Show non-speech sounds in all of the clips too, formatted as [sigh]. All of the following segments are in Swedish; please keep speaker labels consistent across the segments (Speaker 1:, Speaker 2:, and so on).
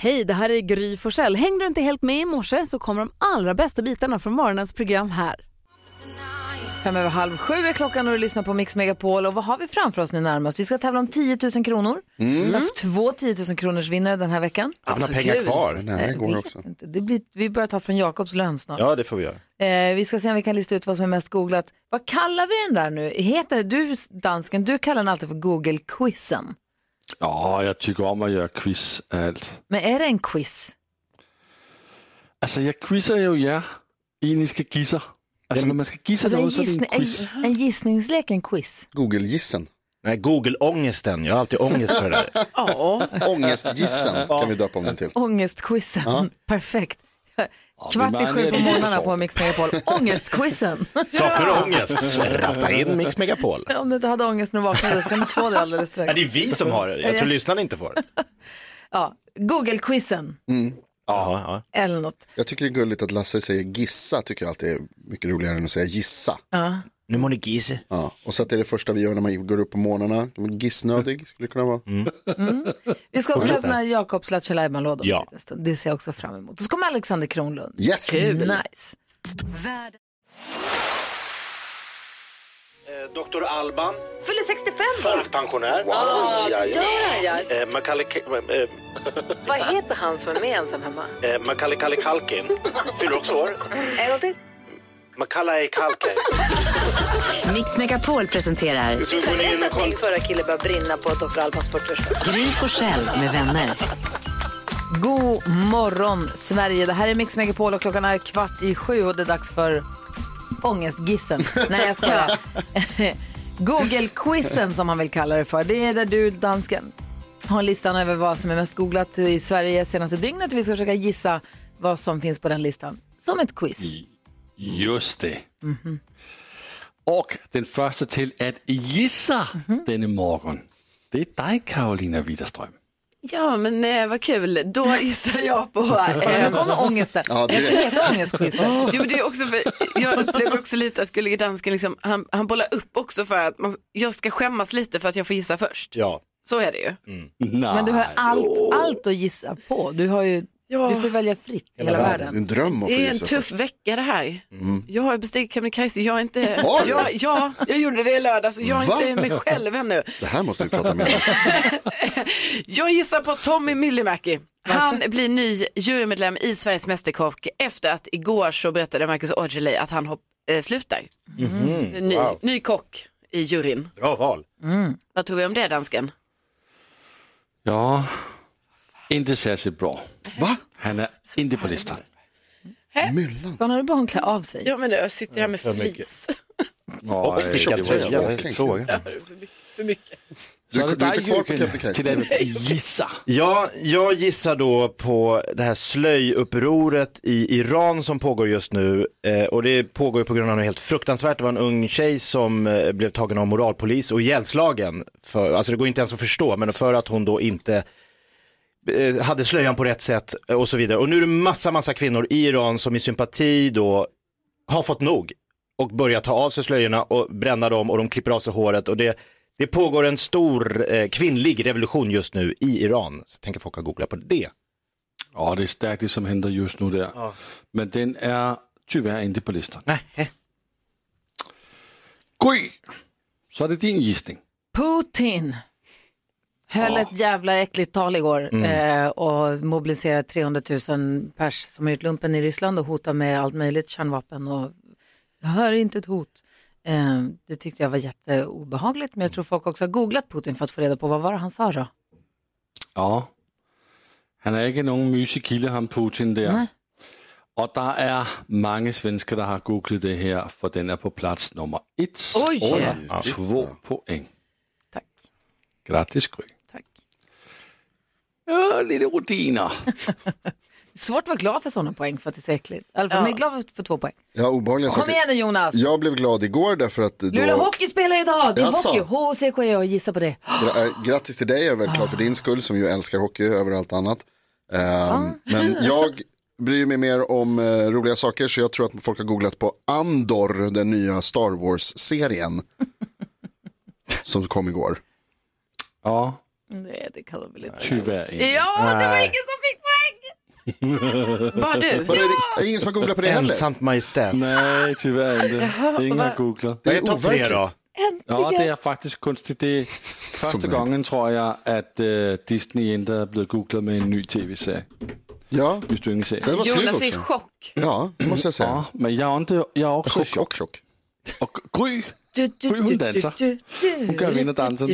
Speaker 1: Hej, det här är Gry Forssell. Hängde du inte helt med i morse så kommer de allra bästa bitarna från morgonens program här.
Speaker 2: Fem över halv sju är klockan och du lyssnar på Mix Megapol. Och vad har vi framför oss nu närmast? Vi ska tävla om 10 000 kronor.
Speaker 3: Mm.
Speaker 2: Vi har haft två 10 000 kronors vinnare den här veckan.
Speaker 3: Han har pengar kvar.
Speaker 4: Den här
Speaker 2: vi,
Speaker 4: går också.
Speaker 2: Det blir, vi börjar ta från Jakobs lön snart.
Speaker 3: Ja, det får vi göra.
Speaker 2: Eh, vi ska se om vi kan lista ut vad som är mest googlat. Vad kallar vi den där nu? Heter det, du dansken, du kallar den alltid för Google-quizen.
Speaker 5: Ja, jag tycker om att göra quiz och allt.
Speaker 2: Men är det en quiz?
Speaker 5: Alltså, jag quizar ju er i ni ska gissa. Alltså, när man ska gissa
Speaker 2: Alltså en,
Speaker 5: något så är det
Speaker 2: gissning,
Speaker 5: en quiz.
Speaker 2: en, en gissningslek, en quiz.
Speaker 4: Google-gissen.
Speaker 3: Nej, Google-ångesten. Jag har alltid ångest för det [laughs] där.
Speaker 4: Ångestgissen kan vi döpa om den till.
Speaker 2: Ångestquizen. Perfekt. Kvart
Speaker 5: men
Speaker 2: i
Speaker 5: man
Speaker 2: sju
Speaker 5: är
Speaker 2: på
Speaker 5: lite
Speaker 2: morgnarna
Speaker 5: sån.
Speaker 2: på Mix Megapol. Ångestquizen. [laughs]
Speaker 3: Saker och ångest rattar in Mix Megapol.
Speaker 2: Om du inte hade ångest när du vaknade så kan du få det alldeles
Speaker 3: Ja,
Speaker 2: strax.
Speaker 3: det är vi som har det. Jag tror lyssnarna inte får det.
Speaker 2: Ja, Google-quizen
Speaker 3: Ja, ja.
Speaker 2: eller något.
Speaker 4: Jag tycker det är gulligt att Lasse säger gissa, tycker jag alltid är mycket roligare än att säga gissa.
Speaker 3: Nu må ni gissa.
Speaker 4: Ja. Och så att det är det första vi gör när man går upp på morgnarna. Gissnödig skulle det kunna vara.
Speaker 2: Vi ska också öppna Jakobs Lattjo Lajban-låda om
Speaker 3: Ja.
Speaker 2: en liten stund. Det ser jag också fram emot. Då ska man Alexander Kronlund.
Speaker 4: Yes!
Speaker 2: Kul. Nice.
Speaker 6: Eh, Doktor Alban,
Speaker 2: Fyller 65
Speaker 6: folkpensionär.
Speaker 2: Gör jag?
Speaker 6: Eh, Macaulay, eh,
Speaker 2: Vad heter han som är med ensam hemma?
Speaker 6: eh, Macaulay Kalle Kalkin fyller också år.
Speaker 2: En gång till.
Speaker 6: Macaulay
Speaker 2: [laughs]
Speaker 6: Kalkin.
Speaker 7: Mix Megapol presenterar
Speaker 2: Vi ska berätta att min förra kille började brinna på Dr. Albans 40-årsfest.
Speaker 7: Gry Forssell med vänner.
Speaker 2: God morgon, Sverige. Det här är Mix Megapol och klockan är kvart i sju och det är dags för [laughs] ångestgissen. Nej, jag skojar. Google-quizen som han vill kalla det för. Det är där du, dansken, har listan över vad som är mest googlat i Sverige senaste dygnet. Vi ska försöka gissa vad som finns på den listan. Som ett quiz.
Speaker 5: Just det. Och den första till att gissa denna morgon, det är dig Carolina Widerström.
Speaker 8: Ja, men eh, vad kul. Då gissar jag
Speaker 2: [laughs]
Speaker 8: på...
Speaker 2: Nu
Speaker 8: Eh,
Speaker 2: kommer ångesten.
Speaker 4: Ja,
Speaker 2: det
Speaker 4: direkt.
Speaker 2: heter ångestquizen.
Speaker 8: jo, men det är också för, jag upplever också lite att Gullige Dansken, liksom, han, han bollar upp också för att man, jag ska skämmas lite för att jag får gissa först.
Speaker 3: Ja.
Speaker 8: Så är det ju.
Speaker 5: Nej.
Speaker 2: Men du har allt, allt att gissa på. Du, har ju,
Speaker 8: Ja.
Speaker 2: du får välja fritt i hela
Speaker 4: Ja, det är
Speaker 2: världen.
Speaker 4: en dröm att få
Speaker 8: Det är en
Speaker 4: gissa
Speaker 8: tuff
Speaker 4: för.
Speaker 8: vecka det här. Jag har bestigit Kebnekaise, jag är inte...
Speaker 4: [laughs] Har du?
Speaker 8: Ja, ja, jag gjorde det i lördags och jag är
Speaker 4: Va?
Speaker 8: inte mig själv ännu.
Speaker 4: Det här måste vi prata mer om.
Speaker 8: Jag gissar på Tommy Myllymäki. Han blir ny jurymedlem i Sveriges Mästerkock efter att igår så berättade Marcus Aujalay att han hopp, eh, slutar.
Speaker 4: Mhm.
Speaker 8: Ny, ny kock i juryn.
Speaker 3: Bra val.
Speaker 8: Vad tror vi om det dansken?
Speaker 5: Ja, inte särskilt bra.
Speaker 4: Va?
Speaker 5: Han är inte på listan.
Speaker 4: Myllan?
Speaker 2: Ska han ha det bara hon klä av sig?
Speaker 8: Ja men jag sitter här med flis.
Speaker 5: Ja,
Speaker 3: Och stickad
Speaker 5: det var-
Speaker 3: tröja.
Speaker 4: var helt sågad.
Speaker 8: För mycket.
Speaker 5: Så
Speaker 4: Du-
Speaker 5: är det
Speaker 4: du är inte
Speaker 5: dig
Speaker 4: kvar på
Speaker 5: Jürgen
Speaker 4: Kebnekaise.
Speaker 5: till att gissa.
Speaker 3: Ja, jag gissar då på det här slöjupproret i Iran som pågår just nu. Eh, och det pågår ju på grund av något helt fruktansvärt. Det var en ung tjej som eh, blev tagen av moralpolis och ihjälslagen. För, alltså det går inte ens att förstå, men för att hon då inte eh, hade slöjan på rätt sätt eh, och så vidare. Och nu är det massa, massa kvinnor i Iran som i sympati då har fått nog och börjar ta av sig slöjorna och bränna dem och de klipper av sig håret och det, det pågår en stor eh, kvinnlig revolution just nu i Iran. Så tänker folk att googla på det.
Speaker 5: Ja, det är starkt det som händer just nu där. Men den är tyvärr inte på listan.
Speaker 3: Nej.
Speaker 5: Gry, så är det din gissning.
Speaker 2: Putin höll
Speaker 5: Ja.
Speaker 2: ett jävla äckligt tal igår eh, och mobiliserade 300 000 pers som har gjort lumpen i Ryssland och hotar med allt möjligt, kärnvapen och det här är inte ett hot. Eh, det tyckte jag var jätteobehagligt men jag tror folk också har googlat Putin för att få reda på vad var det han sa då.
Speaker 5: Ja. Han är inte någon mysig kille, han Putin där.
Speaker 2: Nej.
Speaker 5: Och det är många svenskar som har googlat det här, för den är på plats nummer ett.
Speaker 8: Oj.
Speaker 5: och har två poäng.
Speaker 2: Tack.
Speaker 5: Grattis Gry.
Speaker 2: Tack.
Speaker 5: Ja, lite rutiner.
Speaker 2: Svårt att vara glad för sådana poäng för att det är så äckligt. I alla fall, men jag är glad för två poäng.
Speaker 4: Ja, obehagliga
Speaker 2: Kom
Speaker 4: saker.
Speaker 2: igen nu Jonas!
Speaker 4: Jag blev glad igår därför att då...
Speaker 2: Luleå Hockey spelar idag! Det är
Speaker 4: Jaså?
Speaker 2: hockey, HCKE, E gissa på det.
Speaker 4: Gra- eh, Grattis till dig, jag är väldigt glad för din skull som ju älskar hockey över allt annat. Ehm, Men jag bryr mig mer om eh, roliga saker så jag tror att folk har googlat på Andor, den nya Star Wars-serien. som kom igår.
Speaker 5: Ja,
Speaker 2: Nej, det kan de väl inte.
Speaker 5: Tyvärr inte.
Speaker 8: Ja, det var ingen som fick poäng! Bara du?
Speaker 4: Vadå, är det ingen som har googlat på det heller?
Speaker 3: Ensamt majestät.
Speaker 5: Nej, tyvärr inte. Ingen har googlat.
Speaker 4: Det
Speaker 3: Vad är topp tre
Speaker 4: overkligt.
Speaker 3: då?
Speaker 5: Ja, det är faktiskt konstigt. Det är första
Speaker 4: Som
Speaker 5: gången tror jag att eh, Disney inte har blivit googlat med en ny tv-serie.
Speaker 4: Ja,
Speaker 5: Just du inte ser.
Speaker 4: den var snygg
Speaker 8: Jonas är i
Speaker 4: också.
Speaker 8: chock.
Speaker 4: Ja, det måste jag säga.
Speaker 5: Ja, men jag är, inte, jag är också
Speaker 4: Chock
Speaker 5: chock.
Speaker 4: och chock.
Speaker 5: Och Gry, Gry hon dansar. Hon gör vinnerdansen.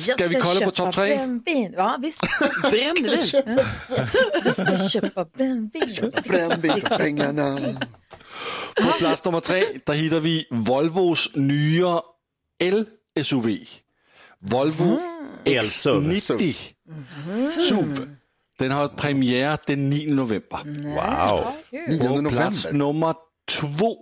Speaker 5: Ska vi kolla på topp tre?
Speaker 2: Brännvin. Ja,
Speaker 5: [laughs]
Speaker 2: visst.
Speaker 8: Brännvin.
Speaker 2: Jag ska köpa brännvin.
Speaker 4: Brännvin för pengarna.
Speaker 5: På plats nummer tre, der hittar vi Volvos nye el-SUV. Volvo
Speaker 3: Elsuv.
Speaker 5: X90 SUV. Den har premiere den 9. november.
Speaker 3: Wow.
Speaker 4: 9
Speaker 5: På plats
Speaker 4: november.
Speaker 5: nummer två,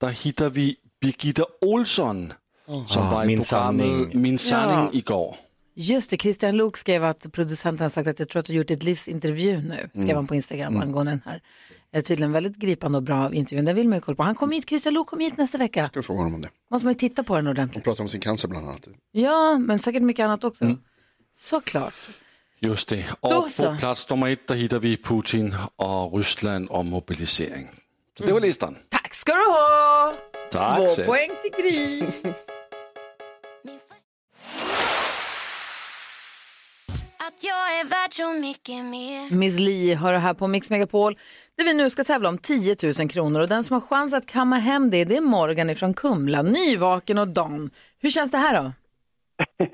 Speaker 5: der hittar vi Birgitta Olsson,
Speaker 2: Ah.
Speaker 5: som var i
Speaker 3: Min
Speaker 5: programmet
Speaker 3: Sanning.
Speaker 5: Min Sanning igår.
Speaker 2: Just det, Christian Lok skrev att producenten har sagt att jag tror att du har gjort ett livsintervju nu,
Speaker 5: Mm.
Speaker 2: skrev han på Instagram angående den här. Det är tydligen väldigt gripande och bra intervju, den vill man ju kolla på. Han kommer hit, Christian Lok kommer hit nästa vecka.
Speaker 4: Ska vi fråga honom om det.
Speaker 2: Måste man ju titta på den
Speaker 4: Hon
Speaker 2: ordentligt.
Speaker 4: pratar om sin cancer bland annat.
Speaker 2: Ja, men säkert mycket annat också.
Speaker 5: Mm.
Speaker 2: Såklart.
Speaker 5: Just det.
Speaker 2: Då
Speaker 5: Og på
Speaker 2: så.
Speaker 5: plats nummer ett, der hittar vi Putin og Ryssland og mobilisering. Så det var listan.
Speaker 2: Tack ska du ha!
Speaker 5: Tak,
Speaker 2: Två
Speaker 5: Seb.
Speaker 2: poäng till Gry.
Speaker 9: Att jag är värd så mycket mer
Speaker 2: Miss Li har det här på Mix Megapol där vi nu ska tävla om 10 000 kronor och den som har chans att kamma hem det, det är Morgan ifrån Kumla, nyvaken och dan. Hur känns det här då?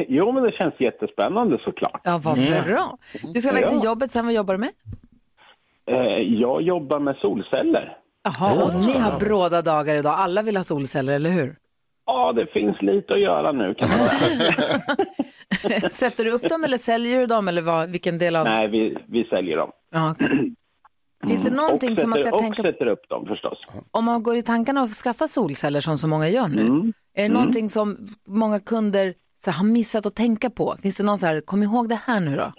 Speaker 10: Jo, men det känns jättespännande såklart.
Speaker 2: Ja, vad
Speaker 10: Mm.
Speaker 2: bra. Du ska iväg till jobbet sen, vad jobbar du med?
Speaker 10: Eh, Jag jobbar med solceller.
Speaker 2: Jaha, och ni har bråda dagar idag, alla vill ha solceller, eller hur? [laughs]
Speaker 10: Ja, det finns lite att göra nu kan man säga.
Speaker 2: Sätter du upp dem eller säljer du dem eller vad, vilken del av?
Speaker 10: Nej, vi, vi säljer dem.
Speaker 2: Ja, okej. Finns det
Speaker 10: Mm. Och
Speaker 2: någonting
Speaker 10: sätter,
Speaker 2: som man ska
Speaker 10: och
Speaker 2: tänka på?
Speaker 10: sätter upp dem förstås.
Speaker 2: om man går i tankarna att skaffa solceller som så många gör nu,
Speaker 4: Mm.
Speaker 2: är det någonting som många kunder så har missat att tänka på? Finns det någon så här, kom ihåg det här nu då?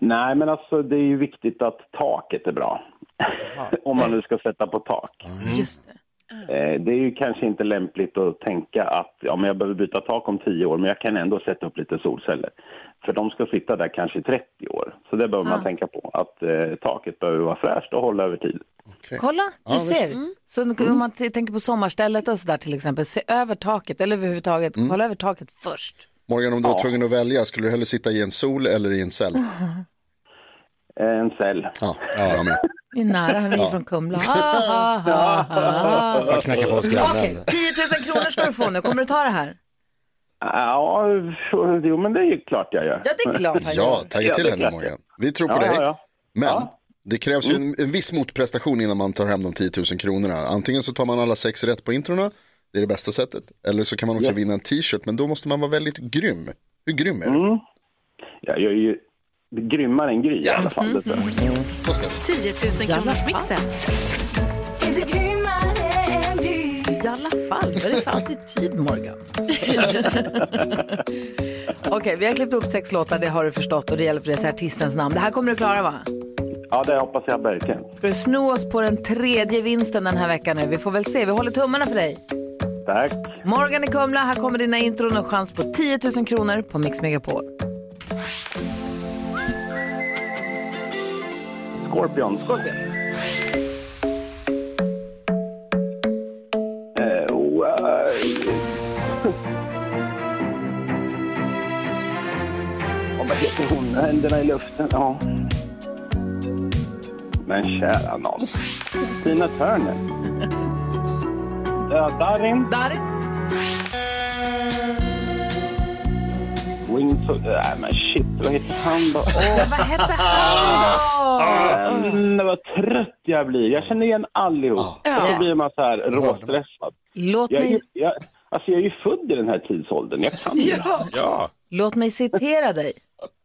Speaker 10: Nej, men alltså det är ju viktigt att taket är bra. [laughs] Om man nu ska sätta på tak.
Speaker 4: Mm.
Speaker 2: Just det.
Speaker 10: Eh, Det är ju kanske inte lämpligt att tänka att ja, men jag behöver byta tak om 10 år, men jag kan ändå sätta upp lite solceller. För de ska sitta där kanske i 30 år. Så det behöver man tänka på, att eh, taket behöver vara fräscht och hålla över tid.
Speaker 2: Kolla, du
Speaker 4: Ja, Mm.
Speaker 2: ser. Så om man t- tänker på sommarstället och sådär till exempel, se över taket eller överhuvudtaget,
Speaker 4: Mm.
Speaker 2: kolla över taket först.
Speaker 4: Morgan, om du var tvungen att välja, skulle du hellre sitta i en sol eller i en cell?
Speaker 10: Eh, En cell.
Speaker 4: Ja, jag med.
Speaker 2: Det är nära, han är ju från
Speaker 4: [laughs]
Speaker 2: Kumla. Ah, ah, ah, ah.
Speaker 3: Jag knackar på hos
Speaker 2: Okej,
Speaker 3: grannen.
Speaker 2: 10 000 kronor ska du få nu, kommer du ta det här?
Speaker 10: Ja, jo, men det är ju klart jag gör.
Speaker 2: Ja, det är klart han
Speaker 4: Ja,
Speaker 2: gör.
Speaker 4: tagga till
Speaker 10: Ja, det är
Speaker 4: henne
Speaker 10: klart.
Speaker 4: Morgan. Vi tror på
Speaker 10: Ja,
Speaker 4: dig.
Speaker 10: ja, ja.
Speaker 4: Men det krävs ju en, en viss motprestation innan man tar hem de 10 000 kronorna. Antingen så tar man alla sex rätt på introna, det är det bästa sättet. Eller så kan man också
Speaker 10: Ja.
Speaker 4: vinna en t-shirt, men då måste man vara väldigt grym. Hur grym är du?
Speaker 10: Jag är ju grymmare än Gry i alla fall. det tror jag.
Speaker 7: 10 000 kronors mixen.
Speaker 9: Är du grymmare än Gry?
Speaker 2: I alla fall, vad är det för attityd Morgan? Okej, vi har klippt upp sex låtar, det har du förstått och det gäller för dig att säga artistens namn. Det här kommer du klara va?
Speaker 10: Ja, det hoppas jag verkligen.
Speaker 2: Ska du sno oss på den tredje vinsten den här veckan nu? Vi får väl se, vi håller tummarna för dig.
Speaker 10: Tack.
Speaker 2: Morgan i Kumla, här kommer dina intron och chans på 10 000 kronor på Mix Megapol.
Speaker 10: Scorpion.
Speaker 2: Scorpions.
Speaker 10: Eh, oh, eh, Ja, vad heter hon? Händerna i luften. Ja. Men kära nån. Tina Turner. Eh, Darin.
Speaker 2: Darin,
Speaker 10: Wings... of- Nej, Äh, men shit. Vad heter han då? Åh,
Speaker 2: vad hette han då?
Speaker 10: Mm, vad trött jag blir. Jag känner igen allihop. Och så blir man så här råstressad.
Speaker 2: Låt
Speaker 10: Jag är,
Speaker 2: mig,
Speaker 10: ju- jag, alltså jag är ju född i den här tidsåldern. Jag kan ju.
Speaker 8: Ja.
Speaker 2: låt mig citera dig.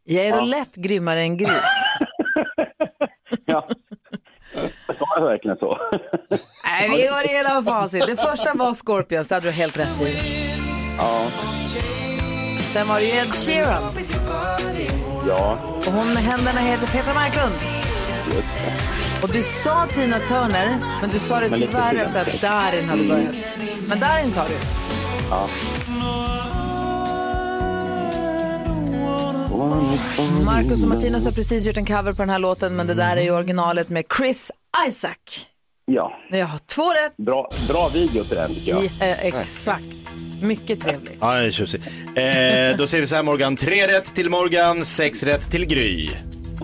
Speaker 2: Jag är lätt grymmare än Gry.
Speaker 10: Ja. Sa jag verkligen så? [laughs]
Speaker 2: Nej, vi går igenom facit. Det första var Scorpions, det hade du helt rätt i.
Speaker 10: Ja.
Speaker 2: Sen var det ju Ed Sheeran
Speaker 10: Ja.
Speaker 2: och hon med händerna heter Petra Marklund. Och du sa Tina Turner, men du sa det
Speaker 10: Men lite
Speaker 2: tyvärr
Speaker 10: till.
Speaker 2: efter att Darin hade börjat. Men Darin sa du.
Speaker 10: Ja.
Speaker 2: Marcus och Martinus har precis gjort en cover på den här låten, men det där är ju originalet med Chris Isaac.
Speaker 10: Ja,
Speaker 2: Jag har två rätt.
Speaker 10: bra, bra video till den tycker jag.
Speaker 2: Ja, eh, exakt. Mycket trevligt.
Speaker 3: Ja, den är tjusig. Eh, då säger vi så här Morgan, tre rätt till Morgan, sex rätt till Gry.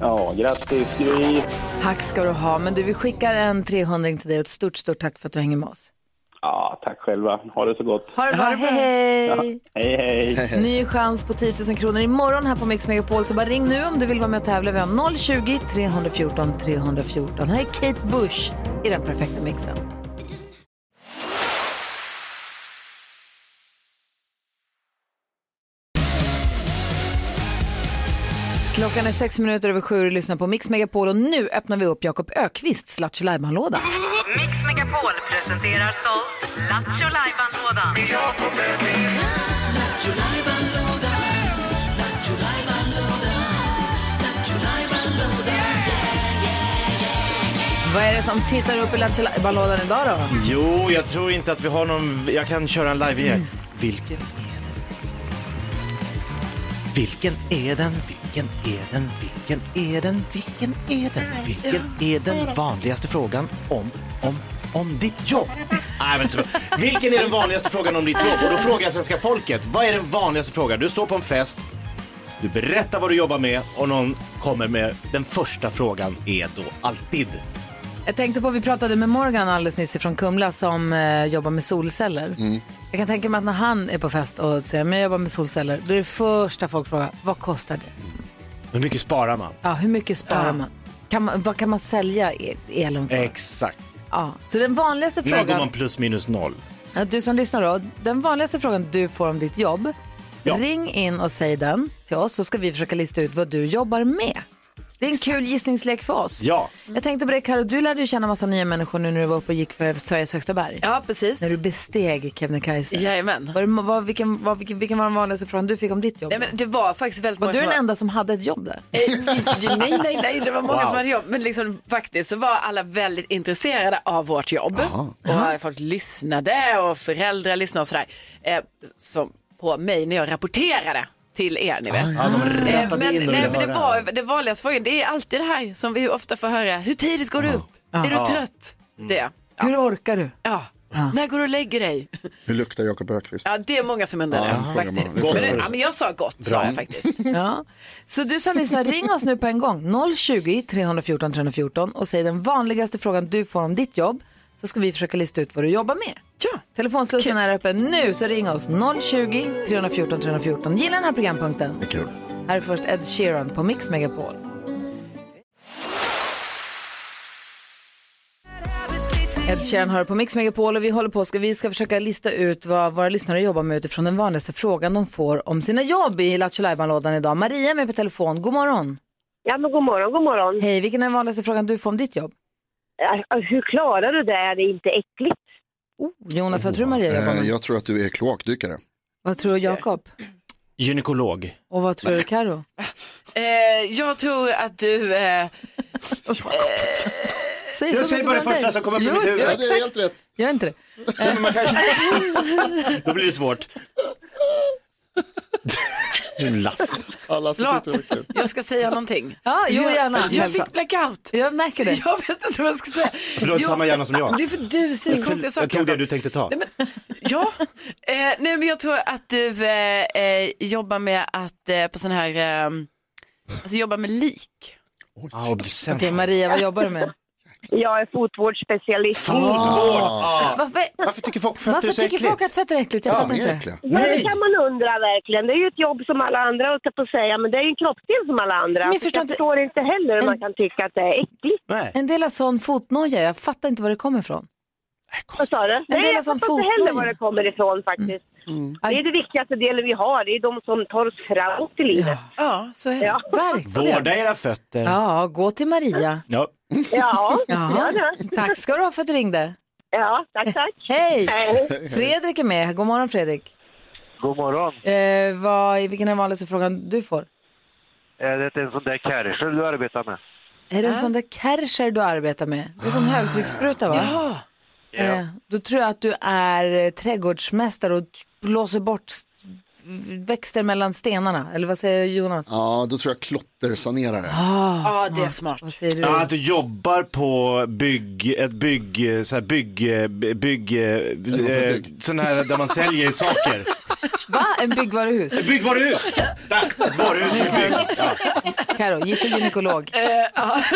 Speaker 10: Ja, grattis Gry.
Speaker 2: Tack ska du ha. Men du, vi skickar en 300 till dig och ett stort, stort tack för att du hänger med oss.
Speaker 10: Ja, tack själva. Ha det så gott.
Speaker 2: Ha det bra. Hej, hej.
Speaker 10: Hej, hej.
Speaker 2: Ny chans på 10 000 kronor imorgon här på Mix Megapol. Så bara ring nu om du vill vara med och tävla. Vi har 020-314 314. Här är Kate Bush i den perfekta mixen. Klockan är sex minuter över sju och du lyssnar på Mix Megapol och nu öppnar vi upp Jakob Ökvists Lattjo låda
Speaker 7: Mix Megapol presenterar stolt Lattjo Lajban-lådan.
Speaker 2: Vad är det som tittar upp i Lattjo lådan idag då?
Speaker 3: Jo, jag tror inte att vi har någon, jag kan köra en live igen. Vilken är den? Vilken är den? Vilken är den? Vilken är den? Vilken är den? Vilken är den vanligaste frågan om, om, om ditt jobb? Nej, men typ. Vilken är den vanligaste frågan om ditt jobb? Och då frågar jag svenska folket, vad är den vanligaste frågan? Du står på en fest, du berättar vad du jobbar med och någon kommer med den första frågan är då alltid.
Speaker 2: Jag tänkte på, vi pratade med Morgan alldeles nyss från Kumla som eh, jobbar med solceller. Jag kan tänka mig att när han är på fest och säger men jag jobbar med solceller, då är det första folk frågar, vad kostar det?
Speaker 3: Hur mycket sparar man?
Speaker 2: Ja, hur mycket sparar man? Kan man? Vad kan man sälja e- elen för?
Speaker 3: Exakt.
Speaker 2: Ja. Så den vanligaste
Speaker 3: När går
Speaker 2: frågan,
Speaker 3: man plus minus noll?
Speaker 2: Ja, du som lyssnar då, den vanligaste frågan du får om ditt jobb,
Speaker 3: Ja.
Speaker 2: ring in och säg den till oss så ska vi försöka lista ut vad du jobbar med. Det är en kul gissningslek för oss.
Speaker 3: Ja.
Speaker 2: Jag tänkte på det Karo, du lärde ju känna massa nya människor nu när du var uppe och gick för Sveriges högsta berg.
Speaker 8: Ja, precis.
Speaker 2: När du besteg Kebnekaise.
Speaker 8: Jajamän.
Speaker 2: Var det, var, vilken, var, vilken, vilken var den vanligaste frågan du fick om ditt jobb?
Speaker 8: Nej, men det var faktiskt väldigt
Speaker 2: var
Speaker 8: många
Speaker 2: du
Speaker 8: som
Speaker 2: den
Speaker 8: var...
Speaker 2: enda som hade ett jobb där?
Speaker 8: Eh, [laughs] nej, nej, nej, det var många
Speaker 3: Wow.
Speaker 8: som hade jobb. Men liksom, faktiskt så var alla väldigt intresserade av vårt jobb. Och folk lyssnade och föräldrar lyssnade och sådär. Eh, som på mig när jag rapporterade till er, ni vet.
Speaker 3: Ja, de
Speaker 8: Eh,
Speaker 3: rättade
Speaker 8: Men,
Speaker 3: in och
Speaker 8: nej,
Speaker 3: ville
Speaker 8: men det,
Speaker 3: höra.
Speaker 8: var, det vanligaste frågan, det är alltid det här som vi ofta får höra. Hur tidigt går du upp? Är du trött? Det. Ja.
Speaker 2: Hur orkar du?
Speaker 8: Mm. ja. När går du och lägger dig?
Speaker 4: Hur luktar Jakob Ökvist?
Speaker 8: Ja, det är många som undrar
Speaker 4: Ja,
Speaker 8: det,
Speaker 4: den frågan
Speaker 8: faktiskt.
Speaker 4: var-
Speaker 8: Men, det- ja, men jag sa gott, sa jag faktiskt.
Speaker 2: [laughs] Ja. Så du som lyssnar, ring oss nu på en gång. 020-314 314 och säg den vanligaste frågan du får om ditt jobb så ska vi försöka lista ut vad du jobbar med.
Speaker 8: Ja.
Speaker 2: Telefonslussen är öppen nu så ring oss. 020-314 314. Gilla den här programpunkten.
Speaker 4: Det är kul.
Speaker 2: Här är först Ed Sheeran på Mix Megapol. Ed Sheeran hör på Mix Megapol och vi håller på ska, vi ska försöka lista ut vad våra lyssnare jobbar med utifrån den vanligaste frågan de får om sina jobb i Lattjo lådan idag. Maria är med på telefon. God morgon.
Speaker 11: Ja, men god morgon, god morgon.
Speaker 2: Hej, vilken är den vanligaste frågan du får om ditt jobb?
Speaker 11: Äh, Hur klarar du det? Är det inte äckligt?
Speaker 2: Oh, Jonas, vad tror du Maria jobbar
Speaker 4: Eh,
Speaker 2: med?
Speaker 4: Jag tror att du är kloakdykare.
Speaker 2: Vad tror du Jakob?
Speaker 3: Gynekolog.
Speaker 2: Och vad tror du Karo?
Speaker 8: Eh, jag tror att du... Eh,
Speaker 2: Säg så
Speaker 3: Jag säger
Speaker 2: mycket
Speaker 3: bara det
Speaker 2: om dig.
Speaker 3: första som kommer upp i
Speaker 2: Jo,
Speaker 3: mitt huvud.
Speaker 2: ja,
Speaker 4: Ja, det är
Speaker 2: exakt.
Speaker 4: helt rätt.
Speaker 2: Gör inte det.
Speaker 3: [laughs] Då blir det svårt. Du Lasse.
Speaker 4: Alla som
Speaker 8: Förlåt.
Speaker 4: tyckte det var kul.
Speaker 8: jag ska säga någonting.
Speaker 2: Ja, jo, gärna.
Speaker 8: Jag fick blackout.
Speaker 2: Jag märker det.
Speaker 8: Jag vet inte vad jag ska säga.
Speaker 3: Förlåt,
Speaker 8: Jo,
Speaker 3: samma hjärna som jag.
Speaker 8: Det är för du säger konstiga
Speaker 3: Jag
Speaker 8: saker.
Speaker 3: tog det du tänkte ta.
Speaker 8: Nej, men, ja, eh, nej men jag tror att du eh, eh, jobbar med att eh, på sån här, eh, alltså jobbar med lik.
Speaker 3: Ah, obducent.
Speaker 2: Okej, Maria, vad jobbar du med?
Speaker 11: Jag är fotvårdsspecialist.
Speaker 3: Fotvård! Ah.
Speaker 2: Varför,
Speaker 3: Varför tycker folk fötter är
Speaker 2: varför
Speaker 3: så
Speaker 2: tycker folk att
Speaker 3: äckligt?
Speaker 2: fötter är äckligt? Jag
Speaker 4: Ja,
Speaker 2: fattar
Speaker 4: de är
Speaker 2: inte.
Speaker 4: äckliga.
Speaker 11: Ja, det
Speaker 3: Nej!
Speaker 11: kan man undra verkligen. Det är ju ett jobb som alla andra, höll jag på att säga, men det är ju en kroppsdel som alla andra.
Speaker 2: Men jag förstår
Speaker 11: jag
Speaker 2: inte-
Speaker 11: förstår inte heller hur
Speaker 2: En-
Speaker 11: man kan tycka att det är äckligt.
Speaker 3: Nej.
Speaker 2: En del har sån fotnoja, jag fattar inte var det kommer ifrån.
Speaker 11: Vad sa du? Nej,
Speaker 2: del är
Speaker 11: jag
Speaker 2: som Mm.
Speaker 11: fattar inte heller
Speaker 2: fotboll.
Speaker 11: var det kommer ifrån faktiskt. Det är det viktigaste delen vi har, det är de som tar oss framåt i livet.
Speaker 8: Ja, så är det.
Speaker 11: Ja,
Speaker 2: Verkligen.
Speaker 3: Vårda era fötter.
Speaker 2: Ja, gå till Maria.
Speaker 3: Ja.
Speaker 11: ja,
Speaker 2: Ja.
Speaker 11: gör det.
Speaker 2: Tack ska du ha för att du ringde.
Speaker 11: Ja, tack, tack.
Speaker 2: Hej!
Speaker 11: Hej.
Speaker 2: Fredrik är med. God morgon Fredrik.
Speaker 10: [laughs] God morgon.
Speaker 2: Eh, vad, vilken är den vanligaste frågan du får?
Speaker 10: Är det en sån där kärrsel du arbetar med?
Speaker 2: Är det en sån där Kärcher du arbetar med? Det är som högtrycksspruta va?
Speaker 8: Ja.
Speaker 10: Ja.
Speaker 2: Eh, då tror jag att du är eh, trädgårdsmästare och t- blåser bort s- växter mellan stenarna, eller vad säger Jonas?
Speaker 4: Ja, då tror jag klottersanerare.
Speaker 2: Ah,
Speaker 8: det är smart.
Speaker 2: Vad säger du?
Speaker 3: Ja, att du jobbar på bygg, ett bygg, så här bygg, bygg, bygg, eh, sån här där man säljer saker.
Speaker 2: Va? En byggvaruhus?
Speaker 3: Ett byggvaruhus! Där, ett varuhus med bygg.
Speaker 2: Karo, gissa
Speaker 12: [laughs]
Speaker 2: gynekolog.
Speaker 8: Alltså,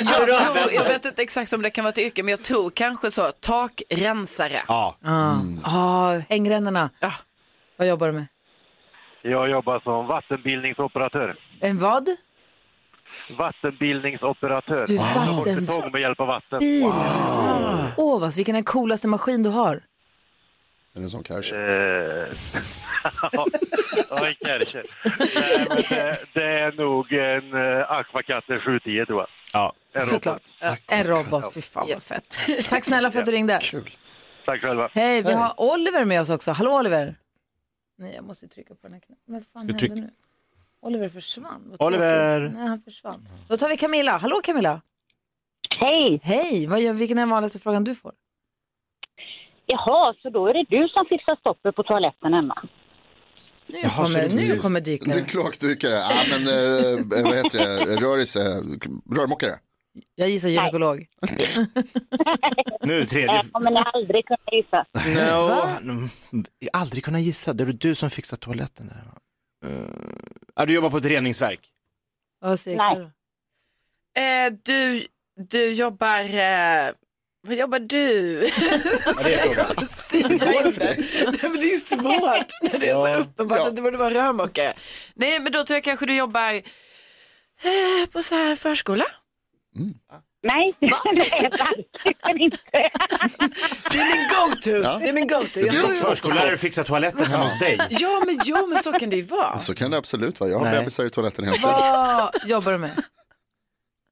Speaker 8: jag, tror, jag vet inte exakt om det kan vara ett yrke, men jag tror kanske så, takrensare.
Speaker 3: Ja.
Speaker 2: Ah,
Speaker 12: Mm.
Speaker 2: ah, hängrännorna. Vad jobbar du med?
Speaker 12: Jag jobbar som vattenbildningsoperatör.
Speaker 2: En vad?
Speaker 12: Vattenbildningsoperatör.
Speaker 2: Du,
Speaker 12: Jag tar bort
Speaker 2: vattens-
Speaker 12: betong med hjälp av vatten.
Speaker 2: Bil. Åh, vad, vilken den coolaste maskin du har.
Speaker 4: Är det som kanske?
Speaker 12: Eh, [laughs] Ja, en kärcher. Nej, men det, det är nog en eh, Aquacatter 710 tror jag.
Speaker 3: Ja,
Speaker 12: en robot.
Speaker 2: Såklart. En robot, fy fan vad fett. Tack snälla för att du
Speaker 12: Ja.
Speaker 2: ringde.
Speaker 12: Tack själva.
Speaker 2: Hej, vi har Oliver med oss också. Hallå Oliver. Nej, jag måste trycka på den här knappen. Vad fan
Speaker 3: Du
Speaker 2: hände
Speaker 3: tryck-
Speaker 2: nu? Oliver försvann. Vad
Speaker 3: Oliver!
Speaker 2: tråkigt. Nej, han försvann. Då tar vi Camilla. Hallå Camilla.
Speaker 13: Hej!
Speaker 2: Hej, vad gör, vilken är den vanligaste frågan du får?
Speaker 13: Jaha, så då är det du som fixar stoppet på toaletten hemma?
Speaker 2: Nu
Speaker 4: Jaha, så
Speaker 2: kommer,
Speaker 4: det-
Speaker 2: nu kommer dyka.
Speaker 4: Det är kloakdykare. Ja, men eh, vad heter det? Rörise, rörmokare.
Speaker 2: Jag gissar gynekolog.
Speaker 3: Nu tredje.
Speaker 13: Jag kommer aldrig kunna gissa.
Speaker 3: No. Aldrig kunna gissa, det är du som fixar toaletten. Där. Eh, ja, du jobbar på ett reningsverk.
Speaker 2: Vad säger
Speaker 8: Nej.
Speaker 2: Karo?
Speaker 8: Eh, du, du jobbar... Eh, vad jobbar du? [laughs] Jag måste säga inte. Nej, men det är svårt när [laughs] det är så uppenbart att det borde vara rörmokare. Nej, men då tror jag kanske du jobbar eh, på så här förskola.
Speaker 13: [laughs] Nej, det är jag verkligen inte.
Speaker 8: Det är min go-to.
Speaker 4: Ja.
Speaker 8: Det är min go-to.
Speaker 3: Mm.
Speaker 8: Jag tror ju-
Speaker 3: Förskollärare fixar toaletten hemma hos dig.
Speaker 8: Ja, men jo, men så kan det ju vara.
Speaker 4: Så kan det absolut vara. Jag har
Speaker 3: Nej.
Speaker 4: bebisar i toaletten hela tiden.
Speaker 2: Vad jobbar du med?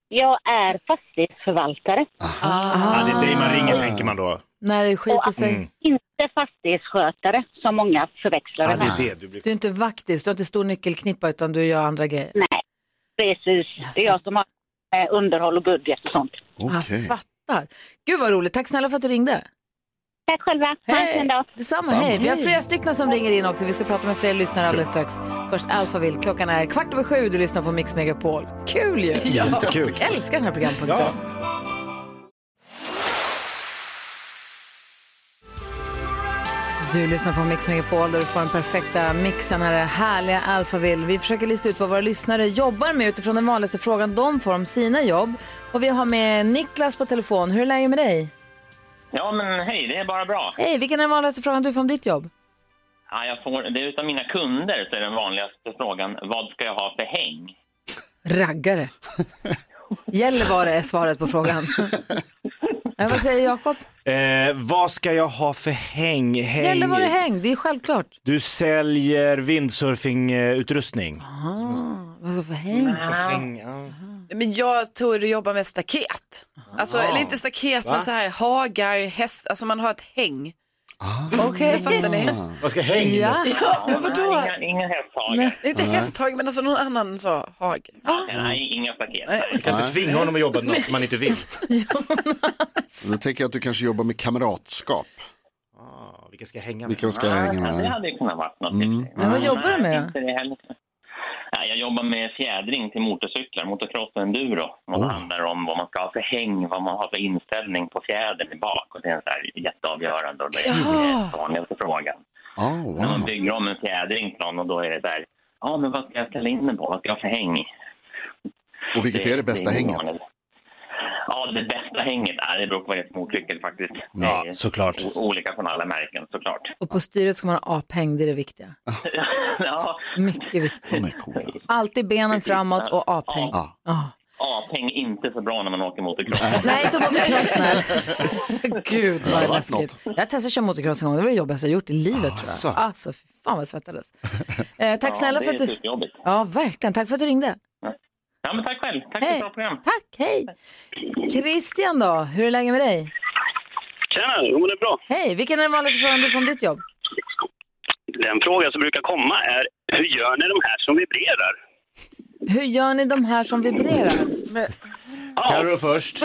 Speaker 13: Jag är fastighetsförvaltare.
Speaker 3: Ja, det är dig man ringer tänker man då.
Speaker 2: När det skiter sig.
Speaker 13: Inte fastighetsskötare som många förväxlar
Speaker 3: Ja,
Speaker 13: med.
Speaker 3: det är det du blir.
Speaker 2: Du är inte vaktis, du har inte stor nyckelknippa utan du gör andra grejer.
Speaker 13: Nej, precis. Det är jag som har eh, underhåll och budget och sånt.
Speaker 2: Jag fattar. Gud vad roligt, tack snälla för att du ringde.
Speaker 13: Tack själva. Ha en fin dag.
Speaker 2: Detsamma,
Speaker 13: Samma.
Speaker 2: hej. Vi har
Speaker 13: Hej.
Speaker 2: flera stycken som ringer in också. Vi ska prata med fler lyssnare alldeles strax. Först Alphaville, klockan är kvart över sju. Du lyssnar på Mix Megapol. Kul ju!
Speaker 7: Ja. Jättekul.
Speaker 2: Jag älskar den här programpunkten. Du lyssnar på Mix Megapol där du får den perfekta mixen här, är härliga Alphaville. Vi försöker lista ut vad våra lyssnare jobbar med utifrån den vanligaste frågan de får om sina jobb. Och vi har med Niklas på telefon. Hur är läget med dig?
Speaker 14: Ja, men hej, det är bara bra.
Speaker 2: Hej, vilken är den vanligaste frågan du får om ditt jobb?
Speaker 14: Ja, jag får, det är utav mina kunder så är den vanligaste frågan, vad ska jag ha för häng?
Speaker 2: Raggare. Gällivare är svaret på frågan. Men vad säger Jakob?
Speaker 3: Eh, vad ska jag ha för häng? häng?
Speaker 2: Gällivare häng, det är självklart.
Speaker 3: Du säljer windsurfingutrustning.
Speaker 2: Vad ska jag för häng?
Speaker 8: Men jag tror du jobbar med staket. Alltså,
Speaker 3: Ah.
Speaker 8: eller inte staket,
Speaker 3: Va?
Speaker 8: men så här hagar, häst, alltså man har ett häng.
Speaker 2: Okej.
Speaker 8: Fattar ni?
Speaker 3: Vad ska häng?
Speaker 8: Ja, men vadå?
Speaker 14: Inga, inga hästhagar.
Speaker 8: Nej, inte
Speaker 3: Nej.
Speaker 8: hästhage, men alltså någon annan så hage.
Speaker 14: Nej, inga paket.
Speaker 3: Du kan inte tvinga honom att jobba med något man inte [laughs] vill.
Speaker 4: Då tänker jag att du kanske jobbar med kamratskap.
Speaker 3: Ah, Vilka ska jag hänga med?
Speaker 4: Vilka ska jag hänga med?
Speaker 14: Det hade ju kunnat vara något.
Speaker 4: Mm.
Speaker 2: Men vad jobbar du med då?
Speaker 14: Inte det heller. Nej, jag jobbar med fjädring till motorcyklar, motocross och enduro. Och det
Speaker 4: Oh.
Speaker 14: handlar om vad man ska ha för häng, vad man har för inställning på fjädern i bak. Och det är en så här jätteavgörande och det är
Speaker 4: Jaha.
Speaker 14: den vanligaste frågan.
Speaker 4: Oh,
Speaker 14: När man
Speaker 4: wow.
Speaker 14: bygger om en fjädring till någon och då är det så här, ja men vad ska jag ställa in den på, vad ska jag ha för häng?
Speaker 4: Och vilket är det bästa hänget?
Speaker 14: Ja, det bästa hänget, är, det beror på vad det är för motorcykel faktiskt.
Speaker 3: Ja,
Speaker 14: Det är
Speaker 3: såklart.
Speaker 14: o- Olika från alla märken såklart.
Speaker 2: Och på styret ska man ha aphäng, det är det viktiga.
Speaker 14: [laughs] ja,
Speaker 2: Mycket viktigt. Alltid benen framåt och aphäng.
Speaker 14: Ja.
Speaker 2: Ah.
Speaker 14: aphäng inte så bra när man åker motocross.
Speaker 2: Nej, inte motocross, nej. [laughs] Gud
Speaker 14: Det hade
Speaker 2: vad
Speaker 14: varit
Speaker 2: läskigt. Jag testade att köra motocross en gång, det var det jobbigaste jag gjort i livet
Speaker 14: Alltså.
Speaker 2: tror jag. Alltså, fy fan vad
Speaker 14: [laughs]
Speaker 2: jag svettades. Eh, tack
Speaker 14: Ja,
Speaker 2: snälla
Speaker 14: det
Speaker 2: för att
Speaker 14: är typ-
Speaker 2: du...
Speaker 14: superjobbigt.
Speaker 2: Ja, verkligen. Tack för att du ringde.
Speaker 14: Ja, men tack själv. Tack för
Speaker 2: Hej.
Speaker 14: ett bra program.
Speaker 2: Tack, hej. Christian då, hur är läget med dig?
Speaker 15: Tjena, jo men det är bra.
Speaker 2: Hej, vilken är den vanligaste frågan du får om ditt jobb?
Speaker 15: Den fråga som brukar komma är hur gör ni de här som vibrerar?
Speaker 2: Hur gör ni de här som vibrerar?
Speaker 3: Carro först.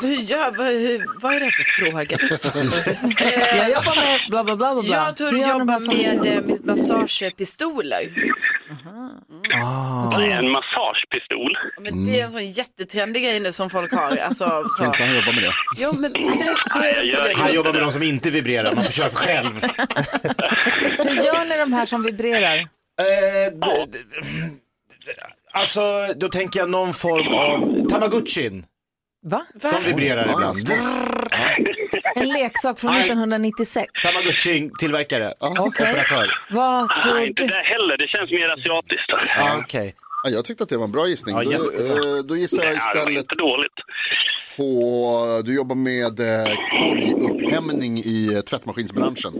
Speaker 8: Hur gör, vad, hur, vad är det för
Speaker 3: [laughs]
Speaker 8: fråga? Eh,
Speaker 2: Jag jobbar med bla bla bla. bla, bla.
Speaker 8: Jag tror du
Speaker 2: Hur gör de här
Speaker 8: jobbar
Speaker 2: sakerna?
Speaker 8: med eh, med massagepistoler.
Speaker 15: Det är en massagepistol.
Speaker 8: Men det är en sån jättetrendig grej nu som folk har.
Speaker 3: [laughs]
Speaker 8: Alltså, så.
Speaker 3: han jobba med det?
Speaker 8: Jo, men
Speaker 3: Han jobbar med de som inte vibrerar, man får köra för själv.
Speaker 2: Hur gör ni de här som vibrerar?
Speaker 3: Eh, d- d- Alltså, då tänker jag någon form av Tamagotchin.
Speaker 2: Va?
Speaker 3: De vibrerar ibland.
Speaker 2: En leksak från
Speaker 3: Nej.
Speaker 2: 1996.
Speaker 3: Tamagotchin-tillverkare,
Speaker 2: Okej.
Speaker 3: operatör.
Speaker 2: Vad tror
Speaker 15: inte
Speaker 2: du?
Speaker 15: det heller. Det känns mer asiatiskt.
Speaker 3: Ja, okay.
Speaker 4: ja, jag tyckte att det var en bra gissning.
Speaker 15: Ja,
Speaker 4: då,
Speaker 15: jättebra.
Speaker 4: eh, då gissar
Speaker 15: Nej,
Speaker 4: jag
Speaker 15: det var
Speaker 4: istället
Speaker 15: inte dåligt.
Speaker 4: på, du jobbar med eh, korgupphämning i eh, tvättmaskinsbranschen.